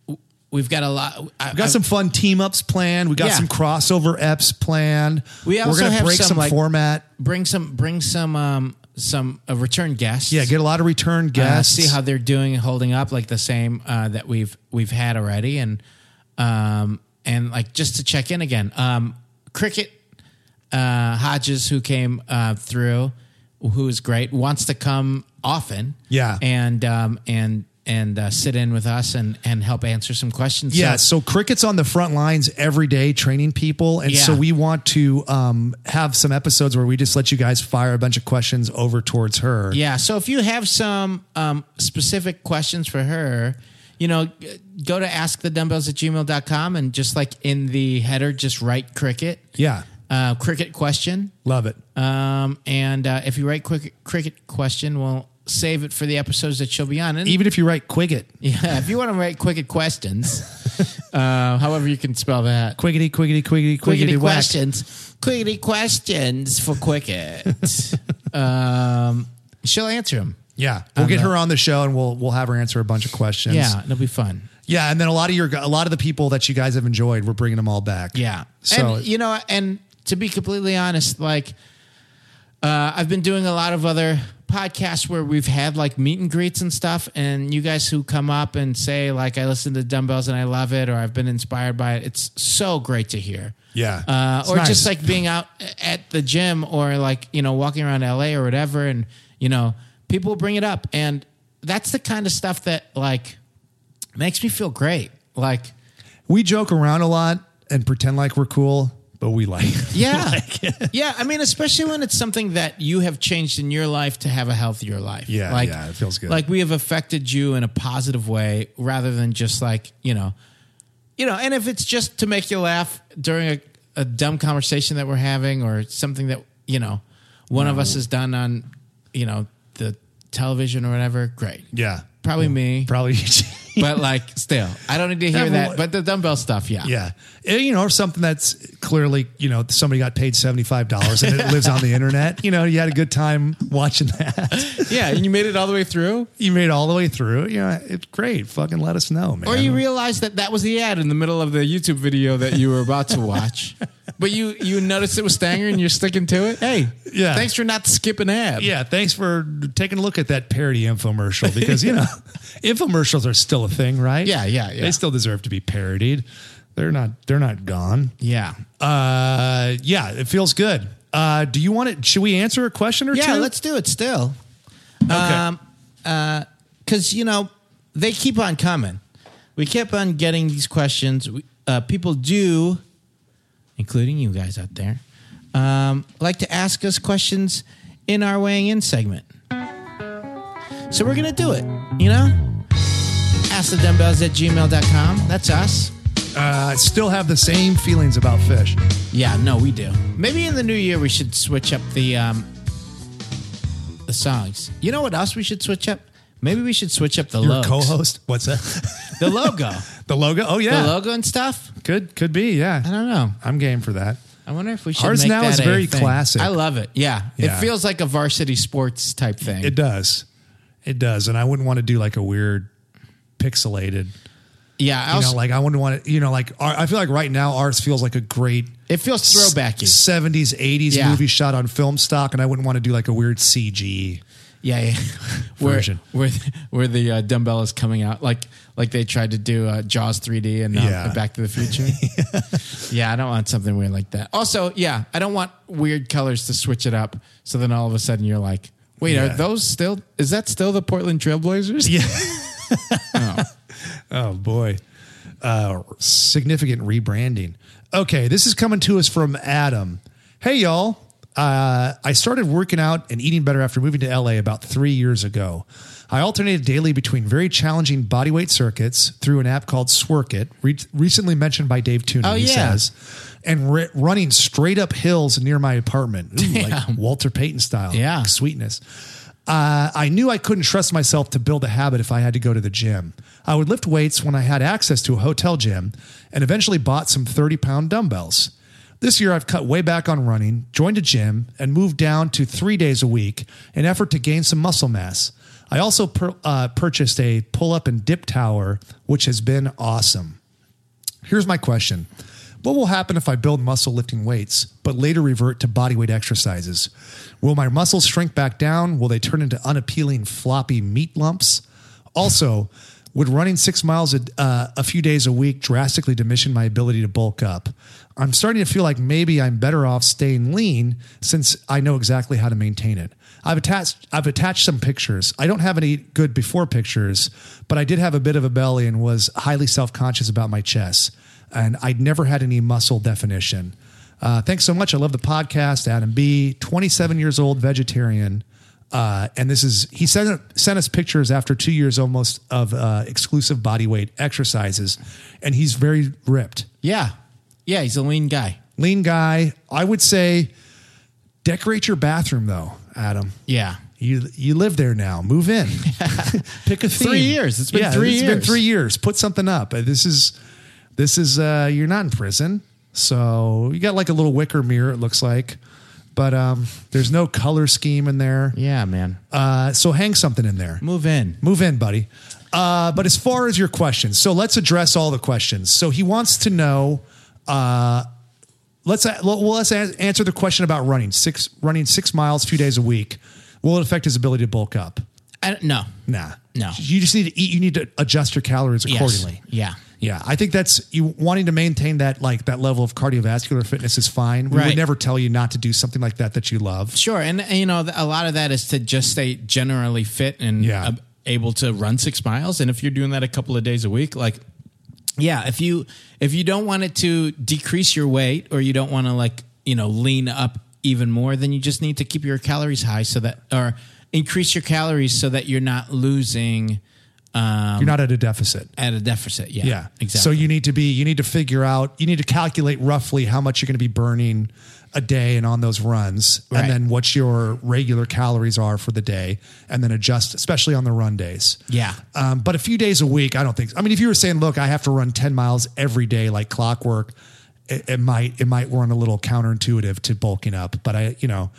S2: w- we've got a lot I,
S3: We got some fun team ups planned. We got
S2: Yeah.
S3: some crossover eps planned.
S2: We also
S3: We're gonna
S2: have
S3: break
S2: some,
S3: some,
S2: like-
S3: format.
S2: bring some bring some um some uh, return guests.
S3: Yeah, get a lot of return
S2: uh,
S3: guests.
S2: see how they're doing and holding up like the same uh, that we've we've had already and um and like just to check in again. Um cricket uh Hodges who came uh through who is great wants to come often.
S3: Yeah.
S2: And um and and uh, sit in with us and and help answer some questions. So-
S3: Yeah, so cricket's on the front lines every day training people. And
S2: Yeah.
S3: so we want to um, have some episodes where we just let you guys fire a bunch of questions over towards her.
S2: Yeah. So if you have some um, specific questions for her, you know, g- go to askthedumbbells at gmail.com and just like in the header, just write cricket,
S3: Yeah.
S2: uh, cricket question.
S3: Love it.
S2: Um, and uh, if you write quick, cricket question, we'll save it for the episodes that she'll be on. And
S3: Even if you write Quigget,
S2: yeah, if you want to write cricket questions, uh, however you can spell that.
S3: Quiggity, Quiggity, Quiggity, Quiggity,
S2: Quickety
S3: whack.
S2: questions. Quickety questions for Cricket. um, she'll answer them.
S3: Yeah. We'll get her on the show and we'll we'll have her answer a bunch of questions.
S2: uh, Yeah, it'll be fun.
S3: Yeah. And then a lot of your a lot of the people that you guys have enjoyed, we're bringing them all back.
S2: Yeah.
S3: So
S2: and you know, and to be completely honest, like uh, I've been doing a lot of other podcasts where we've had like meet and greets and stuff, and you guys who come up and say like I listen to dumbbells and I love it, or I've been inspired by it. It's so great to hear.
S3: Yeah.
S2: Uh,
S3: It's
S2: or
S3: nice.
S2: just like being out at the gym or like you know walking around LA or whatever, and you know people bring it up, and that's the kind of stuff that like makes me feel great. Like
S3: we joke around a lot and pretend like we're cool, but we like
S2: Yeah. yeah. I mean, especially when it's something that you have changed in your life to have a healthier life.
S3: Yeah, yeah, it feels good.
S2: Like we have affected you in a positive way rather than just like, you know, you know, and if it's just to make you laugh during a, a dumb conversation that we're having or something that, you know, one of us has done on, you know, the television or whatever, great.
S3: Yeah.
S2: Probably me.
S3: Probably
S2: But like still, I don't need to hear
S3: Yeah,
S2: that.
S3: well-
S2: But the dumbbell stuff, yeah.
S3: Yeah. Eh, you know, or something that's clearly, you know, somebody got paid $75 and it lives on the internet. You know, you had a good time watching that.
S2: Yeah. And you made it all the way through.
S3: You made it all the way through. You know, it's great. Fucking let us know, man.
S2: Or you realize that that was the ad in the middle of the YouTube video that you were about to watch, but you you noticed it was Stanger and you're sticking to it. Hey,
S3: Yeah.
S2: thanks for not skipping ad.
S3: yeah, thanks for taking a look at that parody infomercial because, you know, infomercials are still a thing, right?
S2: Yeah, yeah, yeah.
S3: They still deserve to be parodied. They're not they're not gone.
S2: yeah,
S3: Uh yeah, it feels good. Uh do you want it should we answer a question or two?
S2: yeah. Let's um, do it still,
S3: okay.
S2: because you know they keep on coming. We kept on getting these questions. We, uh, people do, including you guys out there, um, like to ask us questions in our weighing in segment. So we're gonna do it. You know. Ask the dumbbells at gmail.com. That's us.
S3: uh, I still have the same feelings about fish.
S2: Yeah, no, we do. Maybe in the new year we should switch up the um the songs. You know what else we should switch up? Maybe we should switch up the
S3: Your
S2: logo.
S3: co-host? What's that?
S2: The logo.
S3: the logo? Oh
S2: the
S3: yeah,
S2: logo and stuff.
S3: could could be. Yeah,
S2: I don't know.
S3: I'm game for that.
S2: I wonder if we should
S3: Ours
S2: make
S3: now
S2: that
S3: is
S2: a
S3: very
S2: thing.
S3: classic.
S2: I love it. Yeah.
S3: Yeah.
S2: It feels like a varsity sports type thing.
S3: It does, it does, and I wouldn't want to do like a weird pixelated.
S2: yeah, I
S3: You know,
S2: also,
S3: like I wouldn't want to. You know, like our, I feel like right now ours feels like a great.
S2: it feels throwbacky.
S3: 70s, 80s
S2: Yeah.
S3: movie shot on film stock, and I wouldn't want to do like a weird CG.
S2: Yeah, yeah. Where,
S3: Version.
S2: where where the uh, dumbbell is coming out like like they tried to do uh, Jaws 3D and uh,
S3: Yeah.
S2: Back to the Future. yeah, I don't want something weird like that. Also, yeah, I don't want weird colors to switch it up. So then all of a sudden you're like, wait,
S3: Yeah.
S2: are those still? Is that still the Portland Trailblazers?
S3: Yeah. oh. boy. Uh, significant rebranding. Okay, this is coming to us from Adam. Hey y'all. Uh, I started working out and eating better after moving to LA about three years ago. I alternated daily between very challenging bodyweight circuits through an app called Swirkit, re- recently mentioned by Dave Tooney,
S2: Oh,
S3: he
S2: yeah.
S3: says, and ri- running straight up hills near my apartment, Ooh, like Walter Payton style.
S2: Yeah.
S3: Sweetness. Uh, I knew I couldn't trust myself to build a habit if I had to go to the gym. I would lift weights when I had access to a hotel gym and eventually bought some 30 pound dumbbells. This year, I've cut way back on running, joined a gym, and moved down to three days a week in effort to gain some muscle mass. I also per, uh, purchased a pull up and dip tower, which has been awesome. Here's my question. What will happen if I build muscle lifting weights, but later revert to bodyweight exercises? Will my muscles shrink back down? Will they turn into unappealing floppy meat lumps? Also, Would running six miles a, uh, a few days a week drastically diminish my ability to bulk up? I'm starting to feel like maybe I'm better off staying lean since I know exactly how to maintain it. I've attached I've attached some pictures. I don't have any good before pictures, but I did have a bit of a belly and was highly self conscious about my chest, and I'd never had any muscle definition. Uh, thanks so much. I love the podcast. Adam B, 27 years old, vegetarian. Uh, and this is he sent sent us pictures after two years almost of uh, exclusive body weight exercises, and he's very ripped,
S2: Yeah. Yeah, he's a lean guy.
S3: lean guy. I would say decorate your bathroom though, Adam.
S2: Yeah.
S3: You you live there now. Move in. Pick a theme.
S2: Three years. It's been
S3: Yeah,
S2: three
S3: It's been
S2: years.
S3: three years. Put something up. Uh, This is this is uh you're not in prison. So you got like a little wicker mirror, it looks like. But um there's no color scheme in there.
S2: Yeah, man.
S3: Uh so hang something in there.
S2: Move in.
S3: Move in, buddy. Uh, but as far as your questions, so let's address all the questions. So he wants to know. Uh, let's well, let's a- answer the question about running six running six miles, few days a week. Will it affect his ability to bulk up?
S2: I don't, no.
S3: Nah,
S2: No.
S3: You just need to eat. You need to adjust your calories
S2: Yes.
S3: accordingly.
S2: Yeah.
S3: Yeah, I think that's you wanting to maintain that like that level of cardiovascular fitness is fine. We
S2: Right.
S3: would never tell you not to do something like that that you love.
S2: Sure. And, and, you know, a lot of that is to just stay generally fit and
S3: Yeah.
S2: ab- able to run six miles. And if you're doing that a couple of days a week, like, yeah, if you if you don't want it to decrease your weight or you don't want to like you know lean up even more, then you just need to keep your calories high so that or increase your calories so that you're not losing um,
S3: You're not at a deficit.
S2: at a deficit. Yeah,
S3: Yeah,
S2: exactly.
S3: So you need to be, you need to figure out, you need to calculate roughly how much you're going to be burning a day and on those runs,
S2: Right.
S3: and then what your regular calories are for the day, and then adjust, especially on the run days.
S2: Yeah.
S3: Um, but a few days a week, I don't think. I mean, if you were saying, look, I have to run 10 miles every day like clockwork, it, it might, it might run a little counterintuitive to bulking up. But I, you know,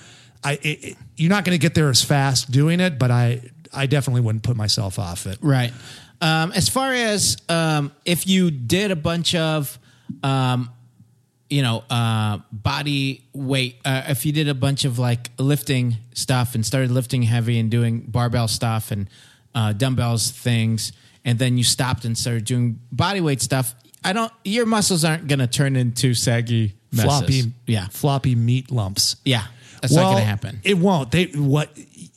S3: I, it, it- you're not going to get there as fast doing it, but I, I definitely wouldn't put myself off it.
S2: Right. Um, as far as um, if you did a bunch of, um, you know, uh, body weight, uh, if you did a bunch of like lifting stuff and started lifting heavy and doing barbell stuff and uh, dumbbells things, and then you stopped and started doing body weight stuff, I don't. Your muscles aren't going to turn into saggy, messes.
S3: Floppy,
S2: Yeah,
S3: floppy meat lumps.
S2: yeah. That's not going to happen.
S3: It won't. They what?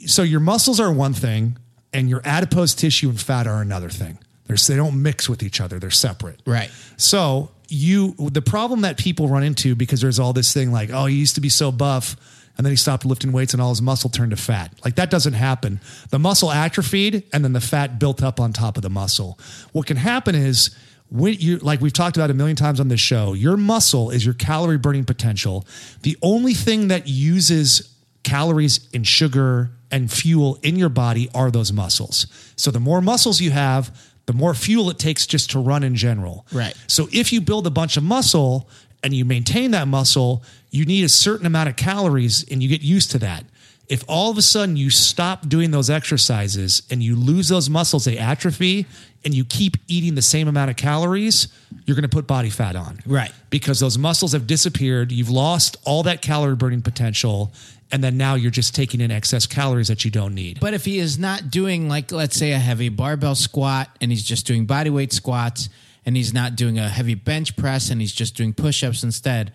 S3: So your muscles are one thing, and your adipose tissue and fat are another thing. They're, they don't mix with each other. They're separate.
S2: Right.
S3: So you the problem that people run into because there's all this thing like oh he used to be so buff and then he stopped lifting weights and all his muscle turned to fat like that doesn't happen the muscle atrophied and then the fat built up on top of the muscle what can happen is when you like we've talked about a million times on this show your muscle is your calorie burning potential the only thing that uses calories and sugar and fuel in your body are those muscles. So the more muscles you have, the more fuel it takes just to run in general.
S2: Right.
S3: So if you build a bunch of muscle and you maintain that muscle, you need a certain amount of calories and you get used to that. If all of a sudden you stop doing those exercises and you lose those muscles, they atrophy, and you keep eating the same amount of calories, you're going to put body fat on.
S2: Right.
S3: Because those muscles have disappeared. You've lost all that calorie burning potential. And then now you're just taking in excess calories that you don't need.
S2: But if he is not doing like let's say a heavy barbell squat and he's just doing body weight squats and he's not doing a heavy bench press and he's just doing push-ups instead,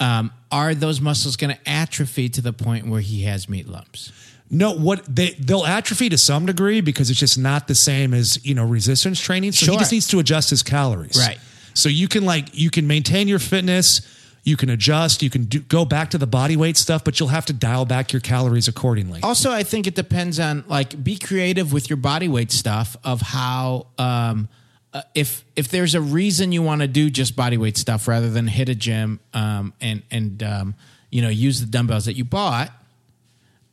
S2: um, are those muscles going to atrophy to the point where he has meat lumps?
S3: No, what they they'll atrophy to some degree because it's just not the same as you know resistance training. So
S2: Sure.
S3: he just needs to adjust his calories.
S2: Right.
S3: So you can like you can maintain your fitness, you can adjust, you can do, go back to the body weight stuff, but you'll have to dial back your calories accordingly.
S2: Also, I think it depends on like be creative with your body weight stuff of how um, uh, if if there's a reason you want to do just body weight stuff rather than hit a gym um, and and um, you know use the dumbbells that you bought.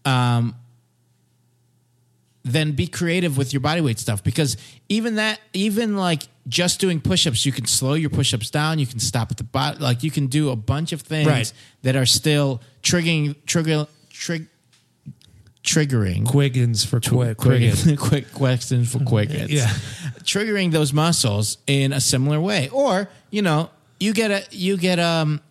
S2: um, then be creative with your body weight stuff because even that even like just doing push-ups you can slow your push-ups down you can stop at the bottom like you can do a bunch of things
S3: Right.
S2: that are still triggering trigger trig, triggering
S3: Quiggins for quick. Quiggins.
S2: quick, quick questions for quick hits.
S3: Yeah.
S2: triggering those muscles in a similar way, or you know, you get a you get um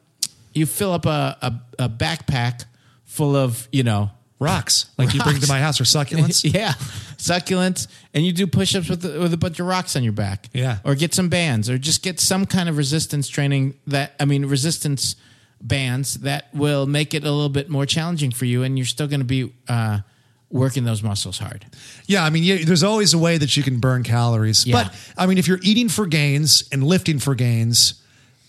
S2: you fill up a a, a backpack full of you know
S3: Rocks like you bring to
S2: Rocks.
S3: my house or succulents.
S2: yeah succulents, and you do push-ups with with a bunch of rocks on your back.
S3: Yeah.
S2: Or get some bands, or just get some kind of resistance training that I mean resistance bands that will make it a little bit more challenging for you, and you're still going to be uh, working those muscles hard.
S3: Yeah, I mean, yeah, there's always a way that you can burn calories.
S2: Yeah.
S3: But I mean, if you're eating for gains and lifting for gains,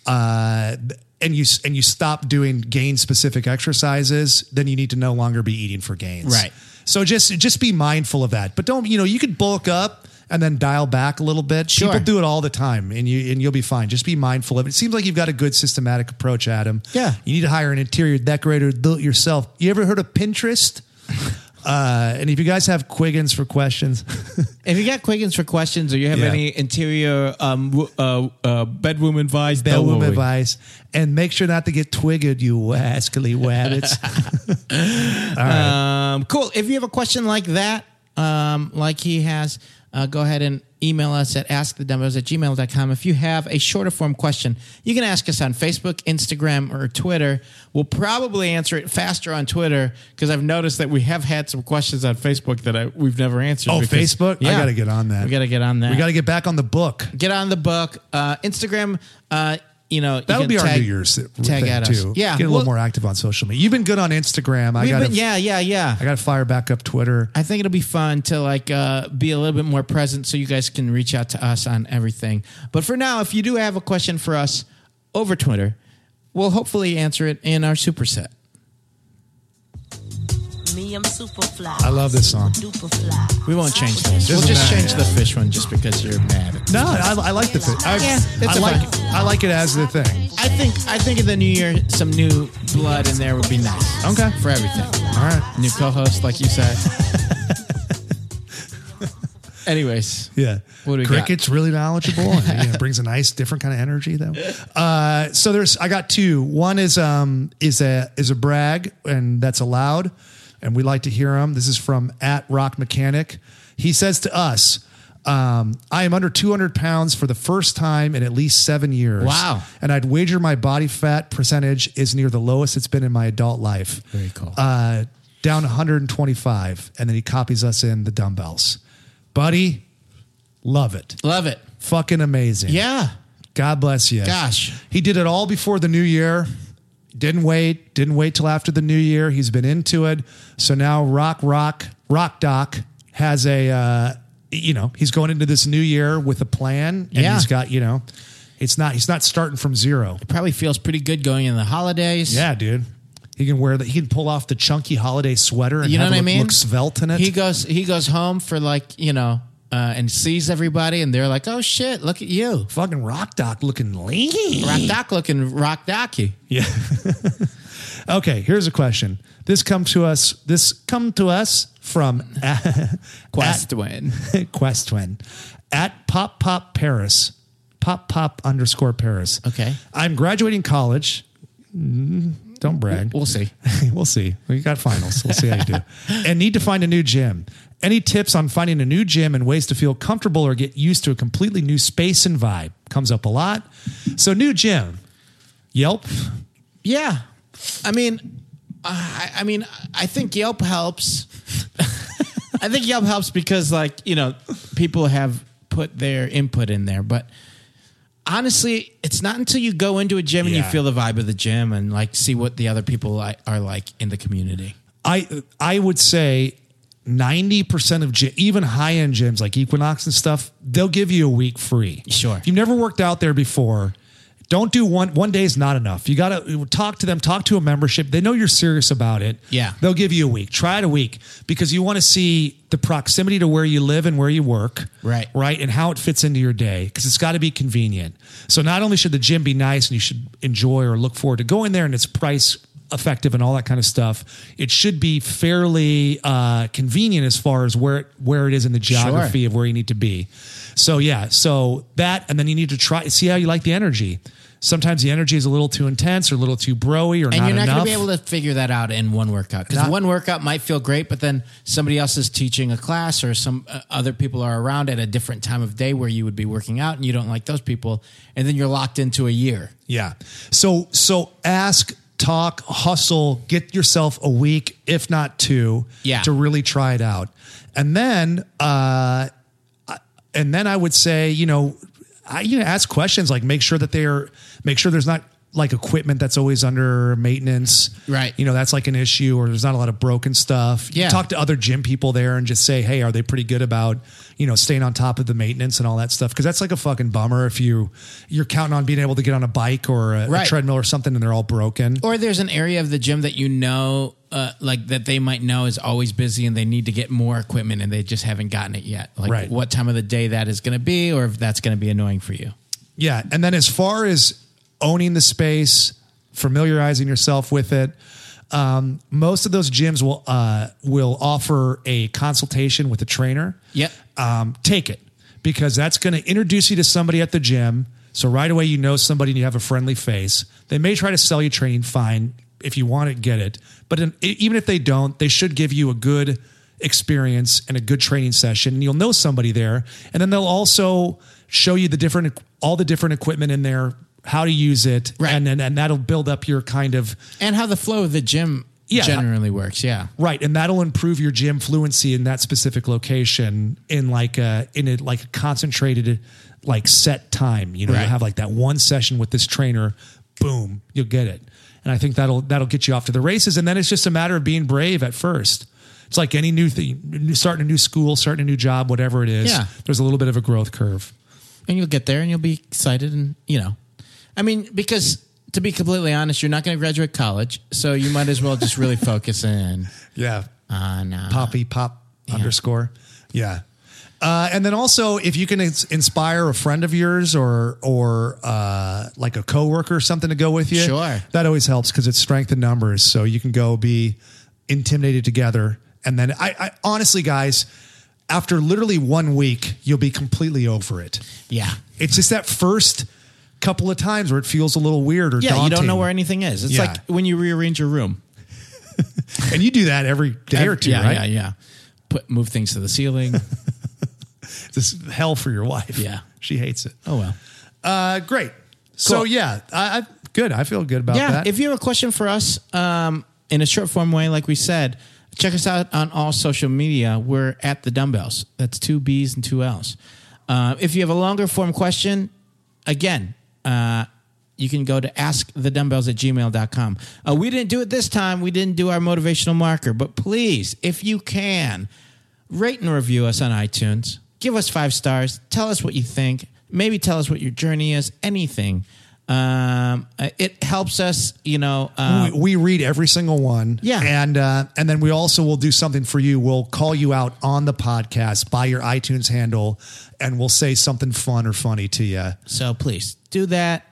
S3: uh, and you and you stop doing gain specific exercises, then you need to no longer be eating for gains.
S2: Right.
S3: So just just be mindful of that. But don't you know you could bulk up and then dial back a little bit.
S2: Sure.
S3: People do it all the time, and you and you'll be fine. Just be mindful of it. It seems like you've got a good systematic approach, Adam.
S2: Yeah.
S3: You need to hire an interior decorator, do it yourself. You ever heard of Pinterest? Uh, and if you guys have Quiggins for questions,
S2: If you got quickens for questions, or you have
S3: Yeah.
S2: any interior um, w- uh, uh, bedroom advice, don't
S3: bellwom
S2: worry.
S3: advice, and make sure not to get twigged, you wascally wabbits.
S2: Um, cool. If you have a question like that, um, like he has, uh, go ahead and email us at askthedumbbells at gmail.com. If you have a shorter form question, you can ask us on Facebook, Instagram, or Twitter. We'll probably answer it faster on Twitter because I've noticed that we have had some questions on Facebook that I, we've never answered.
S3: Oh,
S2: because-
S3: Facebook? I gotta get on that.
S2: We got to get on that.
S3: we got to get back on the book.
S2: get on the book. Uh, Instagram, uh, you know, you
S3: That'll
S2: can
S3: be our
S2: tag-
S3: New Year's
S2: tag
S3: thing
S2: at us.
S3: too.
S2: Yeah,
S3: get a
S2: well-
S3: little more active on social media. You've been good on Instagram. I
S2: We've
S3: got
S2: been- yeah, yeah, yeah.
S3: I got to fire back up Twitter.
S2: I think it'll be fun to like uh, be a little bit more present, so you guys can reach out to us on everything. But for now, if you do have a question for us over Twitter, we'll hopefully answer it in our superset.
S4: Me, I'm super fly.
S3: I love this song.
S4: Duper fly.
S2: We won't change those. We'll
S3: Doesn't
S2: just
S3: matter.
S2: change the fish one just because you're mad. at-
S3: No, I, I like the fit. I,
S2: Yeah, it's
S3: I
S2: a
S3: like
S2: vibe.
S3: I like it as the thing.
S2: I think I think in the new year, some new blood in there would be nice.
S3: Okay.
S2: for everything.
S3: All right.
S2: New co-host, like you said. Anyways,
S3: Yeah.
S2: What do we got?
S3: Cricket's really knowledgeable and you know, brings a nice different kind of energy though. Uh, so there's I got two. One is um is a is a brag and that's allowed and we like to hear them. This is from at Rock Mechanic. He says to us, um, I am under 200 pounds for the first time in at least seven years.
S2: Wow.
S3: And I'd wager my body fat percentage is near the lowest it's been in my adult life.
S2: Very cool.
S3: Uh, down 125. And then he copies us in the dumbbells. Buddy, love it.
S2: love it.
S3: Fucking amazing.
S2: Yeah,
S3: God bless you.
S2: Gosh.
S3: He did it all before the new year. Didn't wait. Didn't wait till after the new year. He's been into it. So now Rock Rock Rock Doc has a uh, you know, he's going into this new year with a plan and
S2: Yeah.
S3: he's got, you know, it's not he's not starting from zero.
S2: probably feels pretty good going in the holidays.
S3: Yeah, dude. He can wear that. He can pull off the chunky holiday sweater and
S2: you know
S3: have
S2: what
S3: it
S2: I
S3: look,
S2: mean?
S3: look svelte in it.
S2: He goes he goes home for like you know uh, and sees everybody, and they're like, "Oh shit, look at you,
S3: Fucking Rock Doc looking lean.
S2: rock doc looking rock docky."
S3: Yeah. okay, here's a question. This come to us. This come to us from
S2: Quest win.
S3: Questwin at Pop Pop Paris. Pop Pop underscore Paris.
S2: Okay.
S3: I'm graduating college. Mm, Don't brag.
S2: We'll see.
S3: we'll see. We got finals. We'll see how you do. and need to find a new gym. Any tips on finding a new gym and ways to feel comfortable or get used to a completely new space and vibe? Comes up a lot. So new gym. Yelp.
S2: Yeah, I mean, uh, I, I mean, I think Yelp helps. I think Yelp helps because like you know people have put their input in there, but. Honestly, it's not until you go into a gym and you
S3: Yeah.
S2: feel the vibe of the gym and like see what the other people li- are like in the community.
S3: I I would say 90% of gy- even high end gyms like Equinox and stuff, they'll give you a week free.
S2: Sure.
S3: If you've never worked out there before, don't do one one day is not enough. You got to talk to them, talk to a membership. They know you're serious about it.
S2: Yeah.
S3: They'll give you a week. Try it a week because you want to see the proximity to where you live and where you work.
S2: Right.
S3: Right. And how it fits into your day because it's got to be convenient. So not only should the gym be nice and you should enjoy or look forward to going there and it's price effective and all that kind of stuff, it should be fairly uh, convenient as far as where it, where it is in the geography of where you need to be. So yeah, so that and then you need to try see how you like the energy. Sometimes the energy is a little too intense or a little too broy or
S2: And
S3: not
S2: you're not going
S3: enough.
S2: to be able to figure that out in one workout because
S3: Not-
S2: one workout might feel great, but then somebody else is teaching a class or some uh, other people are around at a different time of day where you would be working out and you don't like those people, and then you're locked into a year.
S3: Yeah. So so ask talk, hustle, get yourself a week, if not two,
S2: Yeah.
S3: to really try it out. And then, uh, I- and then I would say, you know, I, you know, ask questions like make sure that they're make sure there's not like equipment that's always under maintenance,
S2: Right.
S3: You know, that's like an issue, or there's not a lot of broken stuff. You
S2: Yeah.
S3: talk to other gym people there and just say, hey, are they pretty good about you know staying on top of the maintenance and all that stuff? Because that's like a fucking bummer if you you're counting on being able to get on a bike or a, a
S2: Right.
S3: treadmill or something and they're all broken.
S2: or there's an area of the gym that you know uh, like that they might know is always busy and they need to get more equipment and they just haven't gotten it yet like
S3: Right.
S2: what time of the day that is going to be or if that's going to be annoying for you
S3: Yeah. And then as far as owning the space, familiarizing yourself with it, um, most of those gyms will uh, will offer a consultation with a trainer.
S2: Yep.
S3: Um, take it because that's going to introduce you to somebody at the gym. So right away you know somebody and you have a friendly face. They may try to sell you training. Fine, if you want it, get it. But in, e- even if they don't, they should give you a good experience and a good training session. And you'll know somebody there, and then they'll also show you the different all the different equipment in there, how to use it,
S2: Right.
S3: and, and and that'll build up your kind of
S2: and how the flow of the gym
S3: Yeah.
S2: generally works yeah
S3: Right, and that'll improve your gym fluency in that specific location in like a in a like a concentrated like set time. You know,
S2: Right.
S3: you'll have like that one session with this trainer, boom, you'll get it. And I think that'll that'll get you off to the races. And then it's just a matter of being brave at first. It's like any new thing, starting a new school, starting a new job, whatever it is.
S2: Yeah.
S3: There's a little bit of a growth curve.
S2: and you'll get there and you'll be excited and you know i mean because to be completely honest you're not going to graduate college so you might as well just really focus in
S3: Yeah.
S2: on uh,
S3: poppy pop underscore yeah uh, and then also if you can ins- inspire a friend of yours or or uh, like a coworker or something to go with you
S2: Sure.
S3: that always helps because it's strength in numbers so you can go be intimidated together and then I, I honestly guys after literally one week you'll be completely over it
S2: yeah
S3: it's just that first couple of times where it feels a little weird or
S2: yeah you don't
S3: daunting.
S2: know where anything is it's
S3: Yeah.
S2: like when you rearrange your room
S3: and you do that every day or two
S2: yeah
S3: right
S2: yeah yeah Put, move things to the ceiling
S3: this is hell for your wife
S2: Yeah.
S3: she hates it
S2: oh well
S3: Uh, great. So
S2: Cool.
S3: yeah, I, I good. I feel good about
S2: yeah
S3: that.
S2: if you have a question for us um, in a short form way like we said check us out on all social media we're at the dumbbells that's two b's and two l's uh, if you have a longer form question again uh, you can go to askthedumbbells at gmail.com uh, we didn't do it this time we didn't do our motivational marker but please if you can rate and review us on iTunes. Give us five stars. Tell us what you think. Maybe tell us what your journey is. Anything. Um, uh, it helps us, you know. Uh,
S3: we, we read every single one.
S2: Yeah.
S3: and uh, and then we also will do something for you. We'll call you out on the podcast by your iTunes handle, and we'll say something fun or funny to you.
S2: so please do that.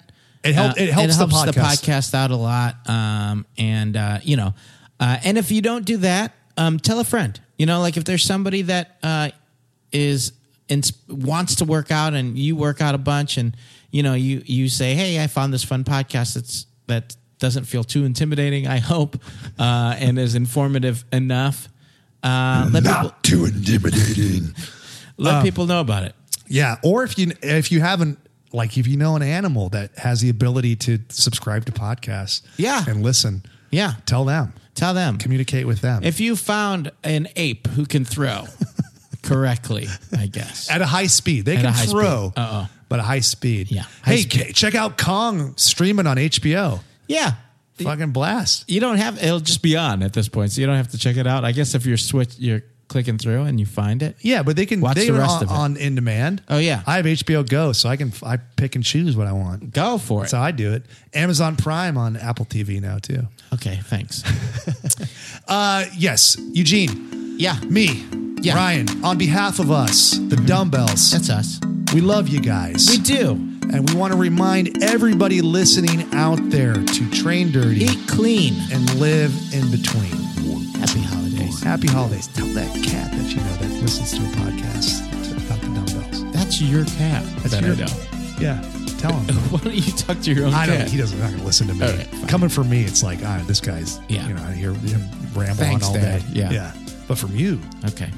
S2: Uh,
S3: It help- it helps the podcast.
S2: podcast out a lot. Um, and uh, you know, uh, and if you don't do that, um, tell a friend. You know, like if there's somebody that uh, is in, wants to work out and you work out a bunch, and you know, you you say, "Hey, I found this fun podcast that's that doesn't feel too intimidating. I hope, uh, and is informative enough. Uh, let people,
S3: too intimidating.
S2: let
S3: Uh,
S2: people know about it.
S3: Yeah, or if you if you haven't like if you know an animal that has the ability to subscribe to podcasts,
S2: Yeah.
S3: and listen,
S2: Yeah,
S3: tell them,
S2: tell them.
S3: communicate with them
S2: If you found an ape who can throw correctly, I guess.
S3: at a high speed. They
S2: a
S3: can
S2: high
S3: throw,
S2: speed. Uh-oh.
S3: but a high speed.
S2: Yeah. High
S3: Hey,
S2: speed.
S3: ca- check out Kong streaming on HBO.
S2: Yeah.
S3: Fucking blast.
S2: You don't have it'll just be on at this point, so you don't have to check it out. I guess if you're switch you're clicking through and you find it.
S3: Yeah, but they can
S2: Watch
S3: they
S2: the
S3: are
S2: rest
S3: on,
S2: of it.
S3: on in demand.
S2: Oh, yeah.
S3: I have HBO Go, so I can I pick and choose what I want.
S2: Go for it.
S3: That's how I do it. Amazon Prime on Apple TV now too.
S2: Okay, thanks.
S3: Uh, yes, Eugene,
S2: Yeah.
S3: me,
S2: Yeah.
S3: Ryan, on behalf of us, the dumbbells,
S2: That's us.
S3: we love you guys,
S2: We do.
S3: and we want to remind everybody listening out there to train dirty
S2: Eat clean.
S3: and live in between.
S2: Happy holidays.
S3: Happy holidays. Tell that cat that you know that listens to a podcast about the dumbbells.
S2: That's your cat.
S3: That's
S2: that
S3: your-
S2: I know.
S3: Yeah. Tell him.
S2: Why don't you talk to your own
S3: I
S2: cat?
S3: don't. He doesn't. Not gonna listen to me.
S2: All right, fine.
S3: Coming from me, it's like, all right, this guy's.
S2: Yeah.
S3: You know, I hear him ramble
S2: Thanks,
S3: on all
S2: Dad.
S3: day.
S2: Yeah.
S3: Yeah. But from you.
S2: Okay.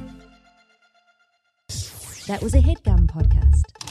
S1: That was a headgum podcast.